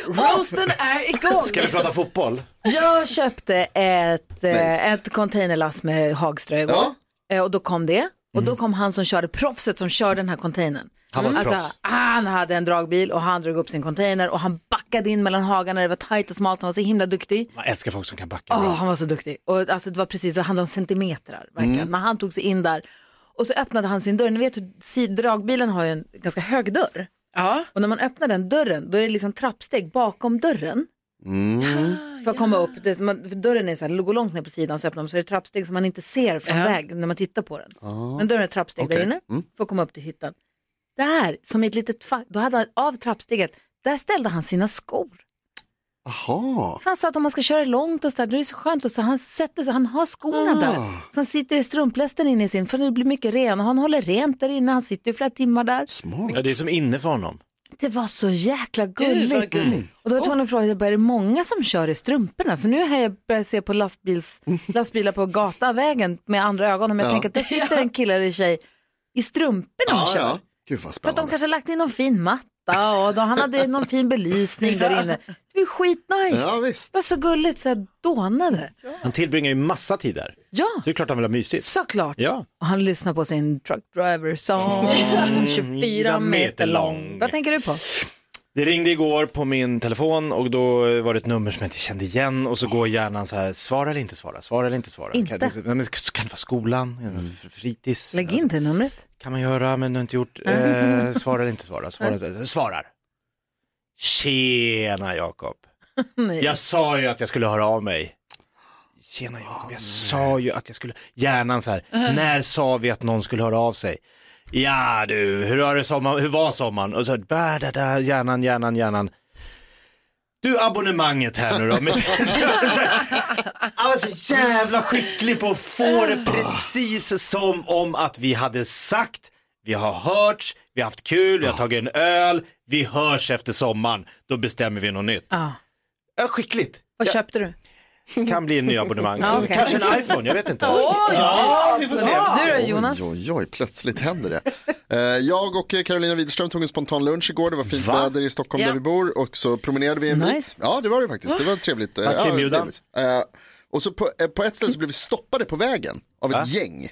Speaker 8: Roasten är igång.
Speaker 3: Ska vi prata fotboll?
Speaker 2: Jag köpte ett, eh, ett containerlass med Hagströ igår. Eh, Och då kom det. Och då kom han som körde, proffset som körde den här containern.
Speaker 7: Mm. Han var ett
Speaker 2: alltså,
Speaker 7: proffs.
Speaker 2: han hade en dragbil och han drog upp sin container och han backade in mellan hagarna, det var tajt och smalt, han var så himla duktig.
Speaker 3: Jag älskar folk som kan backa.
Speaker 2: Åh, han var så duktig. Och alltså, det var precis, det handlade om centimetrar verkligen.
Speaker 3: Mm.
Speaker 2: Men han tog sig in där och så öppnade han sin dörr. Ni vet hur sid- dragbilen har ju en ganska hög dörr.
Speaker 8: Ja.
Speaker 2: Och när man öppnar den dörren, då är det liksom trappsteg bakom dörren. Ah, För att komma upp, det, är som man, för dörren är så här, går långt ner på sidan så öppnar man så är det trappsteg som man inte ser från
Speaker 8: Ja.
Speaker 2: väg när man tittar på den. Men dörren är ett trappsteg där inne för att komma upp till hytten. Där, som i ett litet fack, då hade han av trappsteget, där ställde han sina skor.
Speaker 4: Jaha.
Speaker 2: För han sa att om man ska köra långt och så där, då är det så skönt. Och så han sätter sig, han har skorna
Speaker 7: Ah.
Speaker 2: där. Så han sitter i strumplästen inne i sin, för det blir mycket ren. Han håller rent där inne, han sitter ju flera timmar där.
Speaker 3: Ja, det är som inne för honom.
Speaker 2: Det var så jäkla
Speaker 7: Gud, vad
Speaker 2: gulligt.
Speaker 3: gulligt.
Speaker 2: Mm. Och då var jag tvungen att fråga, är det många som kör i strumporna? För nu har jag börjat se på lastbils, lastbilar på gatavägen med andra ögon. Men jag
Speaker 4: Ja.
Speaker 2: tänker att där sitter en kille eller tjej i strumporna och kör.
Speaker 4: Gud vad
Speaker 2: För att de
Speaker 4: spännande.
Speaker 2: kanske har lagt in någon fin matta och då, han hade någon fin belysning där inne. Det var ju skitnice.
Speaker 3: Ja,
Speaker 2: Det var så gulligt så jag dånade.
Speaker 3: Han tillbringar ju massa tid där.
Speaker 2: Ja.
Speaker 3: Så det är klart han vill ha mysigt.
Speaker 2: Såklart.
Speaker 3: Ja.
Speaker 2: Och han lyssnar på sin truck driver song, 24 meter lång. Vad tänker du på?
Speaker 3: Det ringde igår på min telefon och då var det ett nummer som jag inte kände igen och så går hjärnan så här, svara eller inte svara, svara eller inte svara.
Speaker 2: Inte.
Speaker 3: Kan, nej, men kan det vara skolan, fritids?
Speaker 2: Lägg in det numret.
Speaker 3: Kan man göra men du har inte gjort, eh, svara eller inte svara, svara, svarar. Tjena Jakob.
Speaker 2: Nej.
Speaker 3: Jag sa ju att jag skulle höra av mig. Tjena Jakob, jag sa ju att jag skulle, hjärnan så här, när sa vi att någon skulle höra av sig? Ja du, hur, har det sommar, hur var sommaren? Och så, bä, da, da, hjärnan, hjärnan, hjärnan. Du abonnemanget här nu då. Men, [laughs] han var så jävla skicklig på att få det precis som om att vi hade sagt, vi har hört, vi har haft kul, vi har tagit en öl, vi hörs efter sommaren, då bestämmer vi något nytt.
Speaker 2: Ja.
Speaker 3: Ja, skickligt.
Speaker 2: Vad köpte du?
Speaker 3: Kan bli en ny abonnemang.
Speaker 2: Ja, okej.
Speaker 3: Kanske en iPhone, jag vet inte.
Speaker 2: Oj!
Speaker 3: ja, vi får se.
Speaker 2: Du då Jonas?
Speaker 4: Oj, oj, oj, plötsligt händer det. [laughs] Eh, Jag och eh, Carolina Widerström tog en spontan lunch igår, det var fint
Speaker 3: Va?
Speaker 4: väder i Stockholm
Speaker 3: Ja.
Speaker 4: där vi bor och så promenerade vi en bit.
Speaker 3: Nice.
Speaker 4: Ja, det var det faktiskt, det var trevligt. Eh,
Speaker 3: Tack för
Speaker 4: ja,
Speaker 3: inbjudan.
Speaker 4: trevligt. Eh, Och så på, eh, på ett ställe så blev vi stoppade på vägen av ett gäng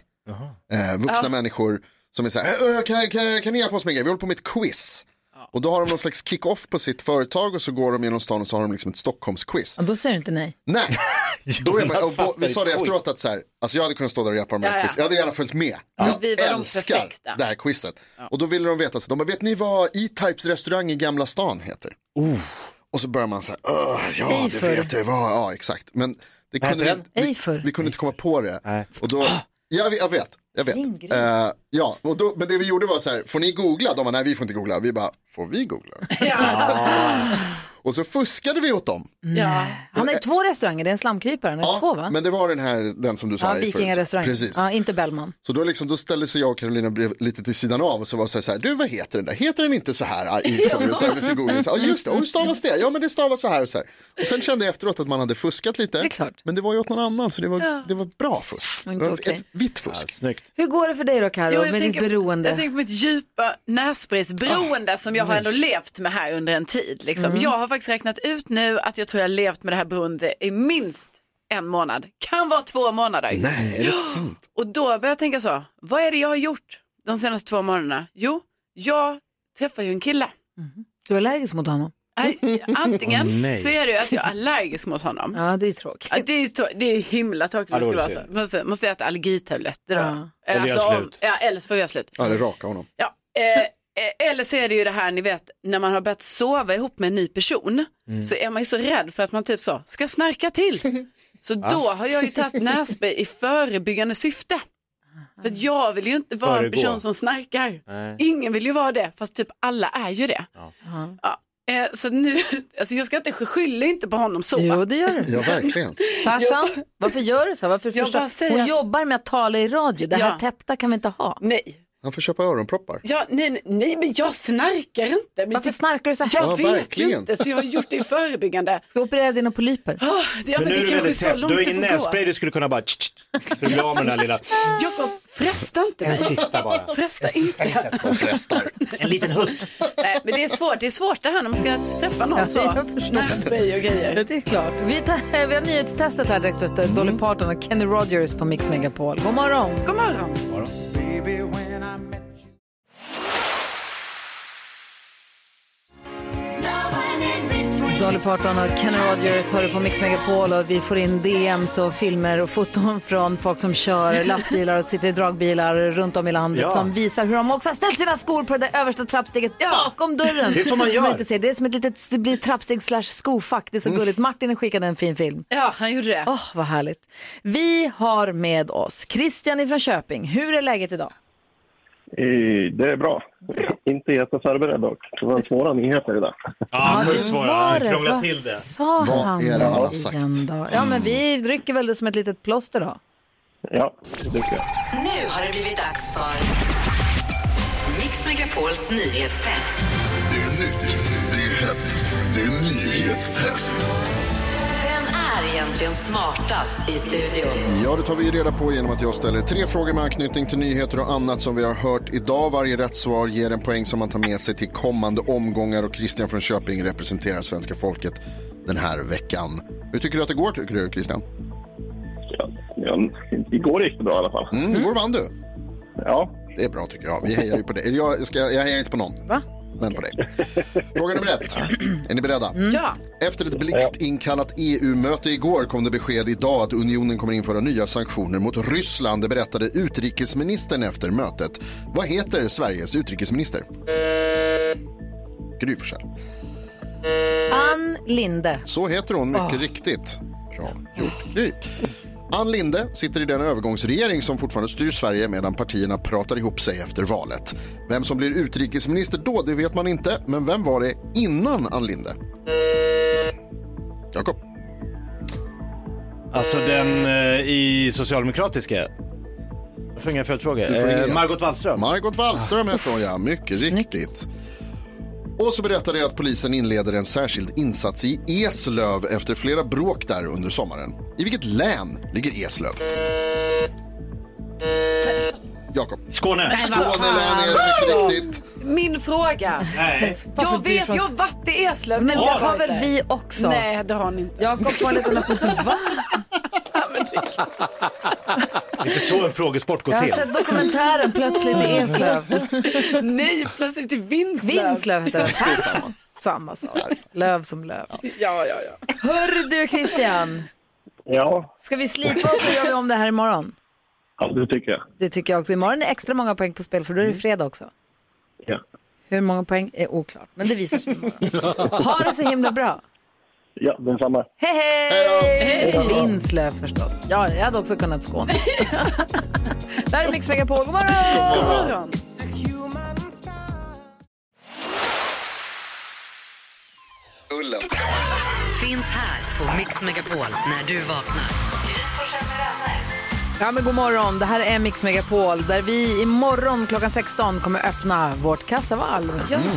Speaker 4: eh, vuxna
Speaker 3: Ja.
Speaker 4: människor som är så här, "Eh, kan, kan, kan ni hjälpa oss med en grej? Vi håller på med ett quiz. Och då har de någon slags kick-off på sitt företag och så går de genom stan och så har de liksom ett Stockholmsquiz.
Speaker 2: Ja, då säger du inte nej. [laughs]
Speaker 4: Nej, då är man, och bo, vi sa det
Speaker 2: Oj.
Speaker 4: efteråt att så här, alltså jag hade kunnat stå där och hjälpa dem med
Speaker 2: Ja,
Speaker 4: ja,
Speaker 2: ja.
Speaker 4: quiz. Jag hade gärna följt med.
Speaker 2: Ja.
Speaker 4: Jag
Speaker 2: Vi var de
Speaker 4: älskar
Speaker 2: perfekta.
Speaker 4: det här quizet. Och då ville de veta, så de bara, vet ni vad E-Types restaurang i Gamla stan heter?
Speaker 2: Oh.
Speaker 4: Och så börjar man så här, "Åh, ja det
Speaker 2: Eiffel.
Speaker 4: vet jag vad, ja exakt. Men det
Speaker 2: Vad
Speaker 4: kunde
Speaker 2: heter
Speaker 4: vi, inte- vi, vi kunde inte komma på det. Och då, ja, vi- jag vet, jag vet. Eh, ja, och då, men det vi gjorde var så här, får ni googla? De bara, nej vi får inte googla. Vi bara, får
Speaker 2: [laughs]
Speaker 4: vi googla? och så fuskade vi åt dem.
Speaker 2: Ja. Han har ju två restauranger, det är en slamkrypare. Han har två va?
Speaker 4: eh, Men det var den här, den som du sa.
Speaker 2: Ja,
Speaker 4: i förut.
Speaker 2: Vikingarestaurangen.
Speaker 4: Precis.
Speaker 2: Ja, inte Bellman.
Speaker 4: Så då, liksom, då ställde sig jag och Carolina blev lite till sidan av och så var det så här, du vad heter den där, heter den inte så här? ah, I förr? och sen efter Google, så, ja just det, och hur stavas det? Ja men det stavas så här och så här. Och sen kände jag efteråt att man hade fuskat lite, men det var ju åt någon annan så det var, det var bra fusk.
Speaker 2: Men
Speaker 4: Det var
Speaker 2: okej.
Speaker 4: ett vitt fusk.
Speaker 2: Hur går det för dig då Carro,
Speaker 8: Jo,
Speaker 2: med ditt beroende?
Speaker 8: jag tänker på mitt djupa nässprejsberoende som jag har ändå
Speaker 2: nej.
Speaker 8: levt med här under en tid. Liksom.
Speaker 2: Mm.
Speaker 8: Jag har faktiskt räknat ut nu att jag tror jag har levt med det här beroendet i minst en månad. Kan vara två månader.
Speaker 4: Nej, är det sant?
Speaker 8: Och då började jag tänka så, vad är det jag har gjort de senaste två månaderna? Jo, jag träffar ju en kille.
Speaker 2: Du är allergisk mot honom.
Speaker 8: Nej, Antingen
Speaker 2: Åh, nej.
Speaker 8: så är det ju att jag är allergisk mot honom.
Speaker 2: Ja, det är tråkigt.
Speaker 8: det är, tå- det är himla tråkigt om det
Speaker 4: Ja,
Speaker 8: skulle
Speaker 4: det
Speaker 8: vara
Speaker 4: var
Speaker 8: så. Måste,
Speaker 4: synd.
Speaker 8: måste jag äta allergitabletter då?
Speaker 4: Eller göra
Speaker 8: om-
Speaker 4: slut.
Speaker 8: ja, eller så får jag göra slut.
Speaker 4: Ja, det raka honom.
Speaker 8: Ja, eh, eh, eller så är det ju det här ni vet när man har börjat sova ihop med en ny person
Speaker 7: Mm.
Speaker 8: så är man ju så rädd för att man typ så ska
Speaker 7: [laughs]
Speaker 8: snarka till. Så
Speaker 7: Va?
Speaker 8: då har jag ju tagit nässpray i förebyggande syfte. För att jag vill ju inte vara en
Speaker 7: Föregå.
Speaker 8: person som snarkar.
Speaker 7: Nej.
Speaker 8: Ingen vill ju vara det, fast typ alla är ju det. Ja, eh, så nu, [laughs] alltså jag ska inte skylla inte på honom så.
Speaker 2: Jo, det gör
Speaker 8: [laughs]
Speaker 2: du.
Speaker 4: Ja, verkligen.
Speaker 2: Farsan, varför gör du så? här? Varför
Speaker 8: Jag
Speaker 2: förstår-
Speaker 8: bara säger
Speaker 2: Hon
Speaker 8: att-
Speaker 2: jobbar med att tala i radio. Det här
Speaker 8: Ja.
Speaker 2: täppta kan vi inte ha.
Speaker 8: Nej.
Speaker 4: Han får köpa öronproppar.
Speaker 8: Ja, nej, nej, nej, men jag snarkar inte. Men Varför
Speaker 2: snarkar du så här?
Speaker 8: Jag
Speaker 4: Ja,
Speaker 8: vet ju
Speaker 4: verkligen.
Speaker 8: inte, så jag har gjort det i förebyggande.
Speaker 2: Ska operera dina polyper?
Speaker 8: Ah, ja, men,
Speaker 3: nu
Speaker 8: det
Speaker 3: är du
Speaker 8: kanske är
Speaker 3: väldigt
Speaker 8: så
Speaker 3: täppt. Du
Speaker 8: långt
Speaker 3: har
Speaker 8: det
Speaker 3: ingen
Speaker 8: får gå.
Speaker 3: nässpray, du skulle kunna bara... tsch, tsch, Du blir av med den här lilla...
Speaker 8: Jakob, fresta inte
Speaker 3: En
Speaker 8: mig.
Speaker 3: sista bara.
Speaker 8: Fresta inte.
Speaker 3: De frestar. En liten hutt.
Speaker 8: Nej, men det är svårt. Det är svårt det här när man ska träffa någon så. Nässpray och grejer.
Speaker 2: Det är klart. Vi, tar, [laughs] vi har nyhetstestet här direkt efter
Speaker 4: Mm.
Speaker 2: Dolly Parton och Kenny Rogers på Mix Megapol. God morgon!
Speaker 8: God morgon!
Speaker 2: Dolly Parton och Kenny Rogers hör du på Mix Megapol och vi får in DMs och filmer och foton från folk
Speaker 1: [laughs]
Speaker 2: som kör lastbilar och sitter i dragbilar runt om i landet
Speaker 1: Ja.
Speaker 2: som visar hur de också har ställt sina skor på det där översta trappsteget bakom dörren.
Speaker 1: Det är så man gör.
Speaker 2: inte ser. Det är som ett litet det blir ett trappsteg slash skofack. Det är så
Speaker 1: Mm.
Speaker 2: gulligt. Martin skickade en fin film.
Speaker 8: Ja, han gjorde det.
Speaker 2: Åh, vad härligt. Vi har med oss Christian ifrån Köping. Hur är läget idag?
Speaker 1: Mm.
Speaker 19: Eh, Det är bra. Inte jätteförberedd dock. Det var svåra nyheter idag.
Speaker 2: Ja, det
Speaker 19: sjukt svåra.
Speaker 2: var
Speaker 19: Han
Speaker 2: det.
Speaker 19: krånglade
Speaker 2: Vad
Speaker 19: till det.
Speaker 2: sa
Speaker 19: Vad
Speaker 2: han
Speaker 19: är det han har
Speaker 2: nu
Speaker 19: sagt?
Speaker 2: igen då? Ja, men vi rycker väl det som ett litet plåster då.
Speaker 19: Ja, det tycker jag.
Speaker 17: Nu har det blivit dags för Mix Megapols nyhetstest.
Speaker 20: Det är nytt, det är hett, det är nyhetstest.
Speaker 17: Vem är egentligen smartast i studion?
Speaker 4: Ja, det tar vi reda på genom att jag ställer tre frågor med anknytning till nyheter och annat som vi har hört idag. Varje rätt svar ger en poäng som man tar med sig till kommande omgångar och Christian från Köping representerar svenska folket den här veckan. Hur tycker du att det går, tycker du, Christian?
Speaker 19: Ja, igår gick det bra i alla fall.
Speaker 4: Mm, igår vann du.
Speaker 19: Ja.
Speaker 4: Det är bra tycker jag. Vi hejar ju på dig. Jag, ska, jag hejar inte på någon.
Speaker 2: Va?
Speaker 4: Men på dig. Fråga nummer ett. [clears throat] Är ni beredda?
Speaker 8: Ja.
Speaker 4: Efter ett blixtinkallat EU-möte igår kom det besked idag att unionen kommer införa nya sanktioner mot Ryssland. Det berättade utrikesministern efter mötet. Vad heter Sveriges utrikesminister? Gry Forssell.
Speaker 1: Mm.
Speaker 2: Ann Linde.
Speaker 4: Så heter hon mycket
Speaker 2: Ah.
Speaker 4: riktigt. Bra gjort, Gry. Ann Linde sitter i den övergångsregering som fortfarande styr Sverige medan partierna pratar ihop sig efter valet. Vem som blir utrikesminister då, det vet man inte. Men vem var det innan Ann Linde? Jakob.
Speaker 3: Alltså den eh, i Socialdemokratiska. Jag får inga följdfrågor.
Speaker 4: Du får
Speaker 3: Eh,
Speaker 4: inga.
Speaker 3: Margot Wallström.
Speaker 4: Margot Wallström hette hon, ja. Mycket riktigt. Och så berättade jag att polisen inleder en särskild insats i Eslöv efter flera bråk där under sommaren. I vilket län ligger Eslöv? Jakob.
Speaker 3: Skåne.
Speaker 4: Skåne län är det mycket riktigt.
Speaker 8: Min fråga.
Speaker 3: Nej.
Speaker 8: Jag
Speaker 2: Varför blir
Speaker 8: vet,
Speaker 2: från-
Speaker 8: jag har varit i Eslöv.
Speaker 2: Men
Speaker 8: Ni
Speaker 2: det har väl
Speaker 8: varit
Speaker 2: vi
Speaker 8: där?
Speaker 2: också?
Speaker 8: Nej, det har ni inte.
Speaker 2: Jag kom på en liten
Speaker 3: Inte så en frågesport går
Speaker 2: Jag har
Speaker 3: till.
Speaker 2: sett dokumentären Plötsligt i Eslöv.
Speaker 8: Nej, plötsligt i Vinslöv.
Speaker 2: Vinslöv heter den. Samma. Samma sak. alltså. Löv som löv.
Speaker 8: Ja, ja, ja.
Speaker 2: Hörru du Christian,
Speaker 19: Ja,
Speaker 2: ska vi slipa och så gör vi om det här imorgon?
Speaker 19: ja, det tycker jag.
Speaker 2: Det tycker jag också. Imorgon är extra många poäng på spel för då är det fredag också.
Speaker 19: Ja.
Speaker 2: Hur många poäng är oklart, men det visar sig imorgon. Ha det så himla bra.
Speaker 19: Ja, densamma.
Speaker 2: Hej, hej! Vinslöv förstås. Ja, jag hade också kunnat Skåne. [laughs] Där är Mix Megapol. God morgon! God morgon.
Speaker 4: Ullen.
Speaker 17: Finns här på Mix Megapol när du vaknar.
Speaker 2: Ja, men god morgon. Det här är Mix Megapol där vi imorgon klockan 16 kommer öppna vårt kassavalv. Mm.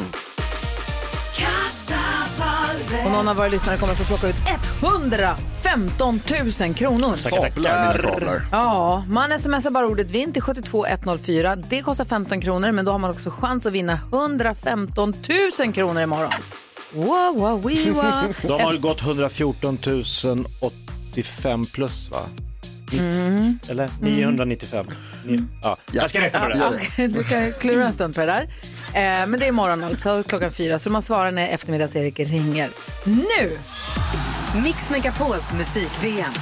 Speaker 2: Och någon av våra lyssnare kommer få plocka ut 115 000 kronor.
Speaker 4: Sablar mineraler.
Speaker 2: Ja, man smsar bara ordet vinn till 72104. Det kostar 15 kronor, men då har man också chans att vinna 115 000 kronor imorgon. Wow, wow, wee, wow.
Speaker 3: De har ju gått 114 085 plus va?
Speaker 2: Mm.
Speaker 3: Eller 995. Ni... Ja. Jag ska räkna på det.
Speaker 2: Ja, okej, [laughs] du kan klura en stund på det där. Eh, men det är imorgon alltså, klockan fyra, så man svarar när eftermiddags-Erik ringer. Nu!
Speaker 17: Mix Megapols musik-VM.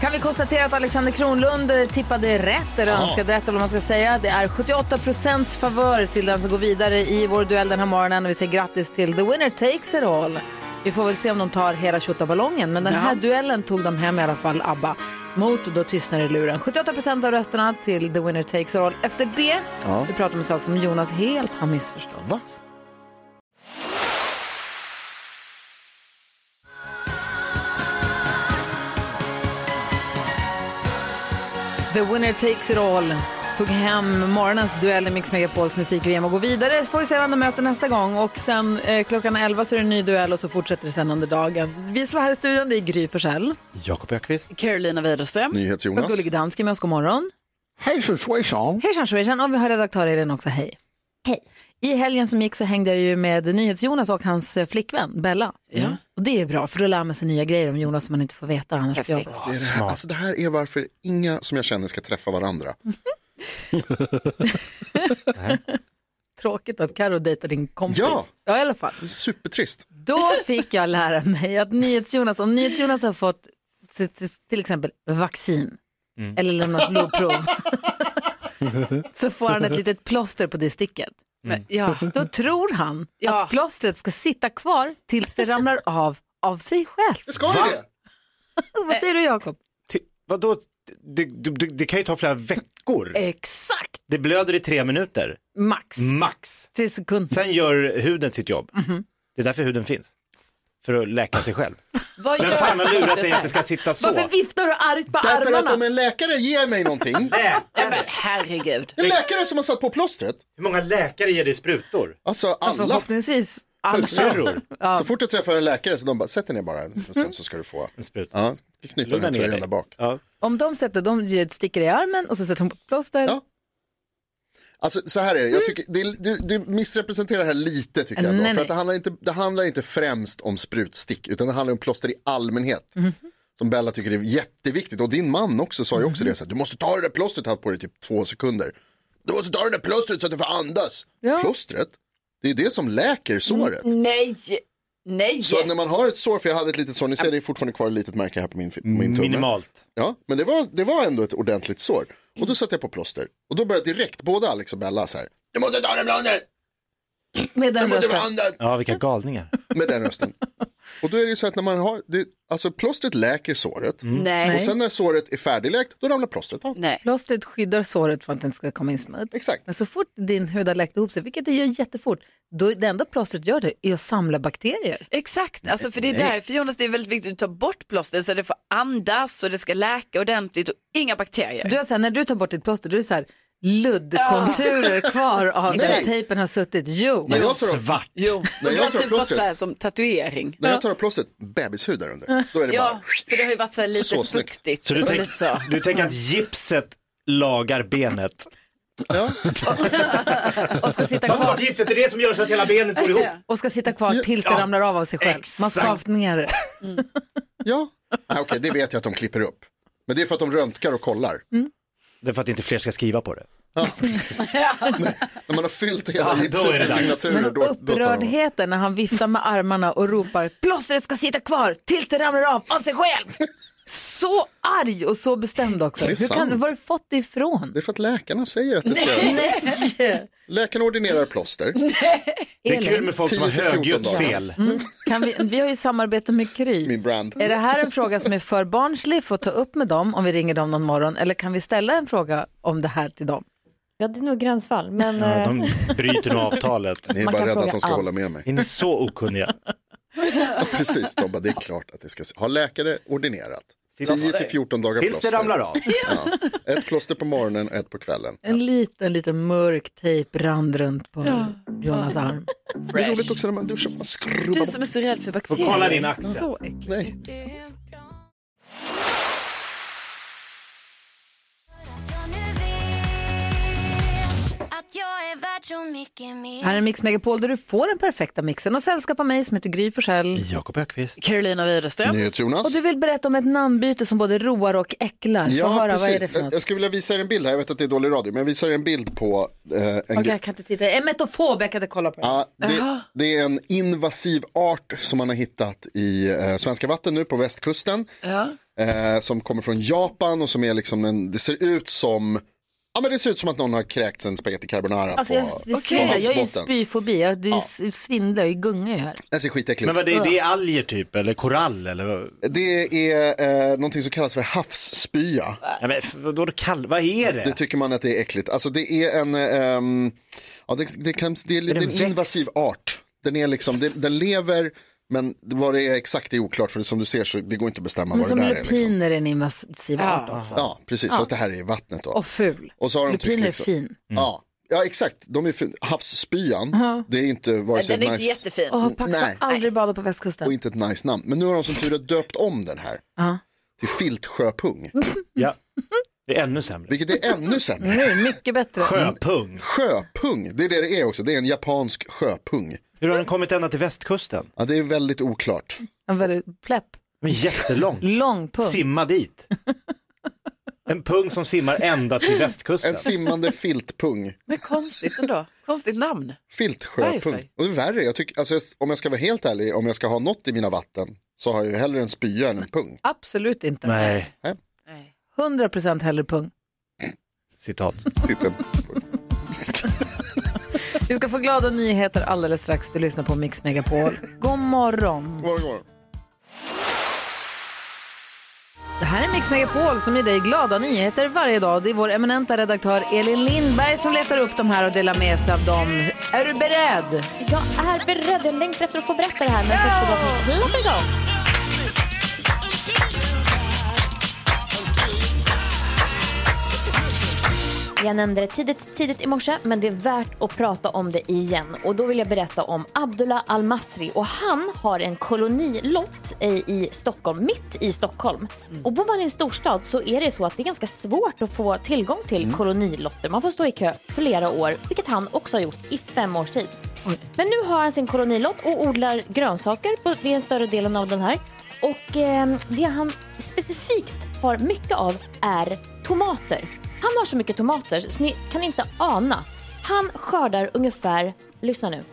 Speaker 2: Kan vi konstatera att Alexander Kronlund eh, tippade rätt, eller
Speaker 17: Ja.
Speaker 2: önskade rätt, eller vad man ska säga. Det är 78 favör till den som går vidare i vår duell den här morgonen. Och vi säger grattis till the winner takes it all. Vi får väl se om de tar hela tjottaballongen, men den här duellen tog de hem i alla fall, ABBA. Mot Då tystnar i luren. 78 av rösterna till the winner takes it all. Efter det,
Speaker 4: Ja.
Speaker 2: vi pratar om en sak som Jonas helt har missförstått.
Speaker 4: Va?
Speaker 2: The winner takes it all. Tog hem morgonens duell i Mix Megapols musik-VM och går vidare. Får vi se vem de möter nästa gång. Och sen eh, klockan 11 så är det en ny duell och så fortsätter det sen under dagen. Vi som var här i studion, det är Gry Forssell.
Speaker 3: Jakob Ökvist.
Speaker 8: Carolina Widerström.
Speaker 4: NyhetsJonas.
Speaker 2: Och Gullig Dansk är med oss, god morgon.
Speaker 19: Hej Sushwayson.
Speaker 2: Hej Shanshuishan. Och vi har redaktör Elin också, hej. Hej. I helgen som gick så hängde jag ju med NyhetsJonas och hans eh, flickvän Bella. Ja. Och det är bra, för då lär man sig nya grejer om Jonas som man inte får veta annars. på jobbet.
Speaker 4: Det, är det, här, alltså det här är varför inga som jag känner ska träffa varandra.
Speaker 2: Tråkigt att Karo dejtar din kompis.
Speaker 4: Ja.
Speaker 2: ja, i alla fall.
Speaker 4: Supertrist.
Speaker 2: Då fick jag lära mig att NyhetsJonas, om NyhetsJonas har fått t- t- till exempel vaccin
Speaker 4: Mm.
Speaker 2: eller lämnat
Speaker 4: [laughs]
Speaker 2: blodprov så får han ett litet plåster på det sticket.
Speaker 4: Mm.
Speaker 8: Men, ja.
Speaker 2: Då tror han att plåstret ska sitta kvar tills det ramlar av av sig själv.
Speaker 4: Ska
Speaker 3: det det?
Speaker 2: Vad säger du Jakob?
Speaker 3: Ti- Vadå? Det, det, det, det kan ju ta flera veckor.
Speaker 2: Exakt.
Speaker 3: Det blöder i tre minuter.
Speaker 2: Max.
Speaker 4: Mm.
Speaker 3: Max.
Speaker 2: Tre sekunder.
Speaker 3: Sen gör huden sitt jobb.
Speaker 2: Mhm.
Speaker 3: Det är därför huden finns. För att läka sig själv.
Speaker 8: Vad
Speaker 3: Men
Speaker 8: gör
Speaker 3: fan har lurat
Speaker 8: plåstret
Speaker 3: dig
Speaker 8: där?
Speaker 3: att det ska sitta så?
Speaker 2: Varför viftar du argt på
Speaker 4: Därför
Speaker 2: armarna?
Speaker 4: att om en läkare ger mig någonting,
Speaker 8: Ja, men herregud.
Speaker 4: en läkare som har satt på plåstret,
Speaker 3: Äh. Hur många läkare ger dig sprutor?
Speaker 4: alltså alla.
Speaker 2: Förhoppningsvis.
Speaker 3: Syrror?
Speaker 4: Så fort jag träffar en läkare så de bara, sätt dig ner bara en stund så ska du få. Ja, knyta den
Speaker 3: Mm. Lugna
Speaker 4: här
Speaker 3: ner
Speaker 4: tröjan
Speaker 3: dig.
Speaker 4: där bak.
Speaker 2: Om de sätter, de ger ett sticker i armen och så sätter de på ett plåster.
Speaker 4: Alltså så här är
Speaker 3: Mm.
Speaker 4: det, jag tycker, det, du, du missrepresenterar det här lite tycker jag. Då,
Speaker 2: Nej,
Speaker 4: för att det
Speaker 2: nej.
Speaker 4: handlar, inte, det handlar inte främst om sprutstick utan det handlar om plåster i allmänhet.
Speaker 3: Mhm.
Speaker 4: Som Bella tycker är jätteviktigt och din man också sa ju också
Speaker 3: Mhm.
Speaker 4: det, så här, du måste ta det där plåstret, han har haft på dig typ två sekunder. Du måste ta det där plåstret så att du får andas.
Speaker 8: Ja.
Speaker 4: Plåstret, det är det som läker såret.
Speaker 3: Mm.
Speaker 8: Nej, nej.
Speaker 4: Så att när man har ett sår, för jag hade ett litet sår, ni ser det är fortfarande kvar ett litet märke här på min, på min tumme.
Speaker 3: Minimalt.
Speaker 4: Ja, men det var, det var ändå ett ordentligt sår. Och då satte jag på plåster. Och då började direkt både Alex och Bella så här, du måste ta den blondet!
Speaker 2: Med den
Speaker 4: Jag måste
Speaker 2: rösten.
Speaker 4: behandla
Speaker 3: Ja, vilka galningar.
Speaker 4: med den
Speaker 3: [laughs]
Speaker 4: rösten. Och då är det ju så att när man har, det, alltså plåstret läker såret.
Speaker 3: Mm.
Speaker 8: Nej.
Speaker 2: Mm.
Speaker 4: Och sen när såret är färdigläkt, då ramlar plåstret av.
Speaker 8: Nej.
Speaker 2: Plåstret skyddar såret för att det inte ska komma in smuts.
Speaker 4: Exakt.
Speaker 2: Men så fort din hud har läkt ihop sig, vilket det gör jättefort, då det enda plåstret gör det är att samla bakterier.
Speaker 8: Exakt, alltså för det är
Speaker 2: Nej.
Speaker 8: därför Jonas det är väldigt viktigt att ta bort plåster så det får andas och det ska läka ordentligt och inga bakterier.
Speaker 2: Så du har så här, när du tar bort ditt plåster, då är det så här, luddkonturer
Speaker 8: Ja.
Speaker 2: kvar av där
Speaker 8: Exakt.
Speaker 2: tejpen har suttit. Jo,
Speaker 4: När jag tar av-
Speaker 8: [laughs] Jo,
Speaker 4: När
Speaker 8: du
Speaker 4: jag
Speaker 8: har
Speaker 4: tar
Speaker 8: typ fått
Speaker 4: plåster-
Speaker 8: så här som tatuering.
Speaker 4: När jag tar av plåstret, bebishud
Speaker 3: [laughs]
Speaker 4: där under. Då är det
Speaker 8: ja,
Speaker 4: bara...
Speaker 8: för det har ju varit så här lite
Speaker 4: Så snyggt.
Speaker 8: fuktigt.
Speaker 4: Så du
Speaker 8: och
Speaker 4: tänk-
Speaker 8: lite så.
Speaker 3: Du tänker att gipset lagar benet?
Speaker 4: Ja.
Speaker 2: och ska sitta
Speaker 3: Ta
Speaker 2: kvar.
Speaker 3: bort gipset, det är det som gör så att hela benet går ihop.
Speaker 2: Och ska sitta kvar tills det
Speaker 3: Ja.
Speaker 2: ramlar av av sig själv. Man
Speaker 4: Exakt.
Speaker 2: skavningar det.
Speaker 4: Ja, Nej, okej, det vet jag att de klipper upp. Men det är för att de röntgar och kollar.
Speaker 3: Mm. Det är för att inte fler ska skriva på det.
Speaker 4: Ja,
Speaker 3: [laughs]
Speaker 4: precis. När- När man har fyllt hela
Speaker 3: Ja, då
Speaker 4: gipset
Speaker 3: är det
Speaker 4: med
Speaker 3: dags.
Speaker 4: signaturer,
Speaker 3: Men
Speaker 4: då, då tar de
Speaker 2: Upprördheten när han viftar med armarna och ropar plåstret ska sitta kvar tills det ramlar av av sig själv. Så arg och så bestämd också.
Speaker 4: Det
Speaker 2: Hur
Speaker 4: är sant.
Speaker 2: kan, var har du fått det ifrån?
Speaker 4: Det är för att läkarna säger att det ska
Speaker 2: Nej.
Speaker 4: Läkarna ordinerar plåster.
Speaker 3: Det är typ kul med folk som har
Speaker 4: 10-14
Speaker 3: högljutt
Speaker 4: dagar.
Speaker 3: fel.
Speaker 2: Mm. Kan vi, vi har ju samarbete med Kry.
Speaker 4: Min brand.
Speaker 2: Är det här en fråga som är för barnslig för att ta upp med dem om vi ringer dem någon morgon eller kan vi ställa en fråga om det här till dem?
Speaker 21: Ja, det är nog gränsfall, men...
Speaker 3: Ja,
Speaker 21: eh,
Speaker 3: de bryter nog avtalet.
Speaker 4: Ni är Man bara kan rädda att de ska fråga hålla allt. med mig.
Speaker 3: Är ni så okunniga?
Speaker 4: Ja, precis, de bara, det är klart att det ska Har läkare ordinerat?
Speaker 3: Tills-
Speaker 4: 10 till 14 dagar
Speaker 3: tills det
Speaker 4: plåster.
Speaker 3: ramlar av.
Speaker 4: Ja. Ett plåster på morgonen och ett på kvällen.
Speaker 2: En liten, liten mörk tejprand runt på Jonas arm.
Speaker 4: Det är roligt också när man duschar, man skrubbar
Speaker 8: Du som är så rädd för bakterier.
Speaker 2: Får kolla din axel. Så
Speaker 8: äckligt.
Speaker 4: Nej.
Speaker 9: Att jag är värd så mycket mer
Speaker 2: Här är Mix Megapol där du får den perfekta mixen och sällskap av mig som heter Gry Forssell.
Speaker 3: Jakob Ökvist.
Speaker 8: Carolina Widerström.
Speaker 4: Jonas.
Speaker 2: Och du vill berätta om ett namnbyte som både roar och äcklar. Få höra, vad är det för
Speaker 4: Jag-
Speaker 2: något?
Speaker 4: Jag skulle vilja visa er en bild här, jag vet att det är dålig radio, men jag visar er en bild på eh, en
Speaker 2: Okej,
Speaker 4: gre-
Speaker 2: jag kan inte titta. Jag är metofob, jag kan inte kolla på det.
Speaker 4: Ja,
Speaker 2: Jaha.
Speaker 4: det, det är en invasiv art som man har hittat i eh, svenska vatten nu på västkusten.
Speaker 8: Ja.
Speaker 4: Eh, som kommer från Japan och som är liksom en, det ser ut som, ja men det ser ut som att någon har kräkts en spaghetti carbonara
Speaker 2: Alltså,
Speaker 4: på,
Speaker 2: jag, det
Speaker 4: på
Speaker 2: svindlar. jag är ju
Speaker 4: havsbotten.
Speaker 2: spyfobi, jag det är ju s- svindlar, jag gungar ju här.
Speaker 4: Det ser skitäckligt
Speaker 3: Men vad, det, det är alger typ, eller korall, eller? vad?
Speaker 4: Det är eh, någonting som kallas för havsspya.
Speaker 3: Ja, men, f- vadå kall, vad är typ- det?
Speaker 4: Det tycker man att det är äckligt. Alltså det är en, eh, ehm, ja, det, det, kan, det är, det
Speaker 3: det
Speaker 4: är
Speaker 3: en
Speaker 4: en invasiv art. Den är liksom, det, den lever, men vad det är exakt är oklart för som du ser så det går inte att bestämma
Speaker 2: Men
Speaker 4: vad det
Speaker 2: som
Speaker 4: där är. Liksom.
Speaker 2: lupiner är en invasiv art också.
Speaker 4: Ja, precis. Fast det här är i vattnet då.
Speaker 2: Och ful.
Speaker 4: Och så har de
Speaker 2: Lupiner
Speaker 4: tyckt
Speaker 2: är
Speaker 4: liksom-
Speaker 2: fin.
Speaker 4: Ja. ja, exakt. De är fin. Havsspyan,
Speaker 2: Ja.
Speaker 4: det är ju inte vare sig ett nice...
Speaker 2: Åh, Pax har
Speaker 4: Nej,
Speaker 2: aldrig badat på västkusten.
Speaker 4: och inte ett nice namn. Men nu har de som tur är döpt om den här
Speaker 2: Ja.
Speaker 4: till filtsjöpung.
Speaker 3: Ja, det är ännu sämre.
Speaker 4: Vilket är ännu sämre.
Speaker 2: Nej, mycket bättre.
Speaker 3: Sjöpung.
Speaker 4: Sjöpung, det är det det är också. Det är en japansk sjöpung.
Speaker 3: Hur har den kommit ända till västkusten?
Speaker 4: Ja, det är väldigt oklart.
Speaker 2: En väldigt pläpp.
Speaker 3: Men jättelångt.
Speaker 2: Lång pung.
Speaker 3: Simma dit. En pung som simmar ända till västkusten.
Speaker 4: En simmande filtpung.
Speaker 8: Men konstigt ändå. Konstigt namn. Varför?
Speaker 4: Filtsjöpung. Och det är värre, jag tycker, alltså, om jag ska vara helt ärlig, om jag ska ha något i mina vatten så har jag ju hellre en spya än en
Speaker 2: [laughs]
Speaker 4: pung.
Speaker 2: Absolut inte.
Speaker 3: Nej.
Speaker 2: 100% hellre pung.
Speaker 3: Citat.
Speaker 2: Vi ska få glada nyheter alldeles strax. Du lyssnar på Mix Megapol. God morgon. Det här är Mix Megapol som ger dig glada nyheter varje dag. Det är vår eminenta redaktör Elin Lindberg som letar upp de här och delar med sig av dem. Är du beredd?
Speaker 21: Jag är beredd, jag längtar efter att få berätta det här, men först vill jag att ni klappar igång. Jag nämnde det tidigt, tidigt i morse, men det är värt att prata om det igen. Och då vill jag berätta om Abdullah Al-Masri och han har en kolonilott eh, i Stockholm, mitt i Stockholm. Och bor man i en storstad så är det så att det är ganska svårt att få tillgång till kolonilotter. Man får stå i kö flera år, vilket han också har gjort i fem års tid. Men nu har han sin kolonilott och odlar grönsaker, på, det är en större delen av den här. Och eh, det han specifikt har mycket av är tomater. Han har så mycket tomater så ni kan inte ana. Han skördar ungefär, lyssna nu,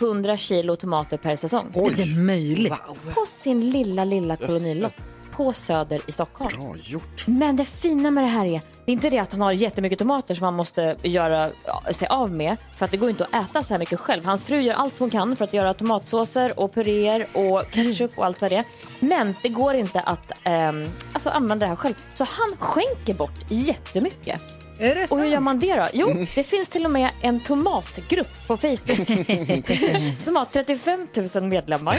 Speaker 21: 500 kilo tomater per säsong.
Speaker 2: Är det möjligt?
Speaker 21: På sin lilla, lilla kolonilott på Söder i Stockholm.
Speaker 4: Bra gjort.
Speaker 21: Men det fina med det här är, det är inte det att han har jättemycket tomater som han måste göra ja, sig av med, för att det går inte att äta så här mycket själv. Hans fru gör allt hon kan för att göra tomatsåser och puréer och ketchup och allt vad det är. Men det går inte att ehm, alltså använda det här själv. Så han skänker bort jättemycket.
Speaker 2: Är det Mm.
Speaker 21: och hur gör man det då? Jo, det finns till och med en tomatgrupp på
Speaker 2: [laughs]
Speaker 21: Facebook som har 35 000 medlemmar.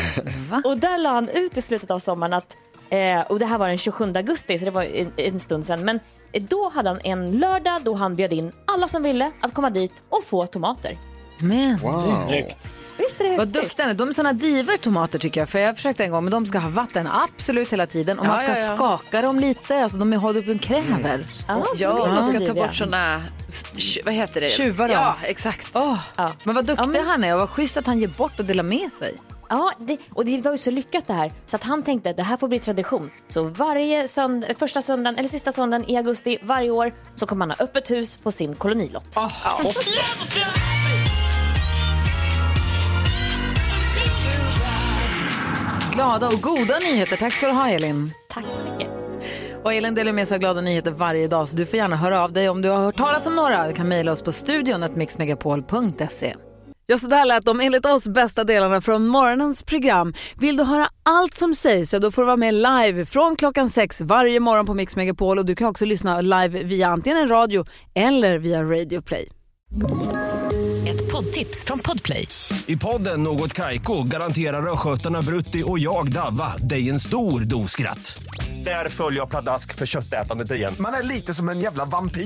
Speaker 21: Och där la han ut i slutet av sommaren att Eh, och det här var den 27 augusti, så det var en, en stund sedan. Men eh, då hade han en lördag då han bjöd in alla som ville att komma dit och få tomater.
Speaker 2: Men
Speaker 21: Wow.
Speaker 2: du.
Speaker 21: Visst är det
Speaker 2: Vad duktiga ni är. De är sådana diver tomater tycker jag. För jag försökte en gång, men de ska ha vatten absolut hela tiden. Och
Speaker 8: Ja,
Speaker 2: man ska
Speaker 8: ja, ja.
Speaker 2: skaka dem lite. Alltså de är hårda upp, de kräver.
Speaker 8: ja, man ska ta bort sådana, vad heter det?
Speaker 2: Tjuvar då?
Speaker 8: Ja, exakt.
Speaker 2: Åh, Men vad duktig han är och vad schysst att han ger bort och delar med sig.
Speaker 21: Ja, det, och det var ju så lyckat det här så att han tänkte att det här får bli tradition. Så varje sönd första söndagen eller sista söndagen i augusti varje år så kommer han ha öppet hus på sin kolonilott.
Speaker 2: Glada och goda nyheter. Tack ska du ha Elin.
Speaker 21: Tack så mycket.
Speaker 2: Och Elin delar med sig av glada nyheter varje dag så du får gärna höra av dig om du har hört talas om några. Du kan mejla oss på studion mixmegapol.se.
Speaker 22: Ja, så där lät de enligt oss bästa delarna från morgonens program. Vill du höra allt som sägs så då får du vara med live från klockan sex varje morgon på Mix Megapol och du kan också lyssna live via antingen en radio eller via Radio Play.
Speaker 23: Ett poddtips från Podplay.
Speaker 3: I podden Något Kaiko garanterar östgötarna Brutti och jag, Davva, dig en stor dos skratt. Där följer jag pladask för köttätandet igen.
Speaker 10: Man är lite som en jävla vampyr.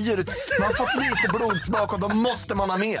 Speaker 10: Man har fått lite blodsmak och då måste man ha mer.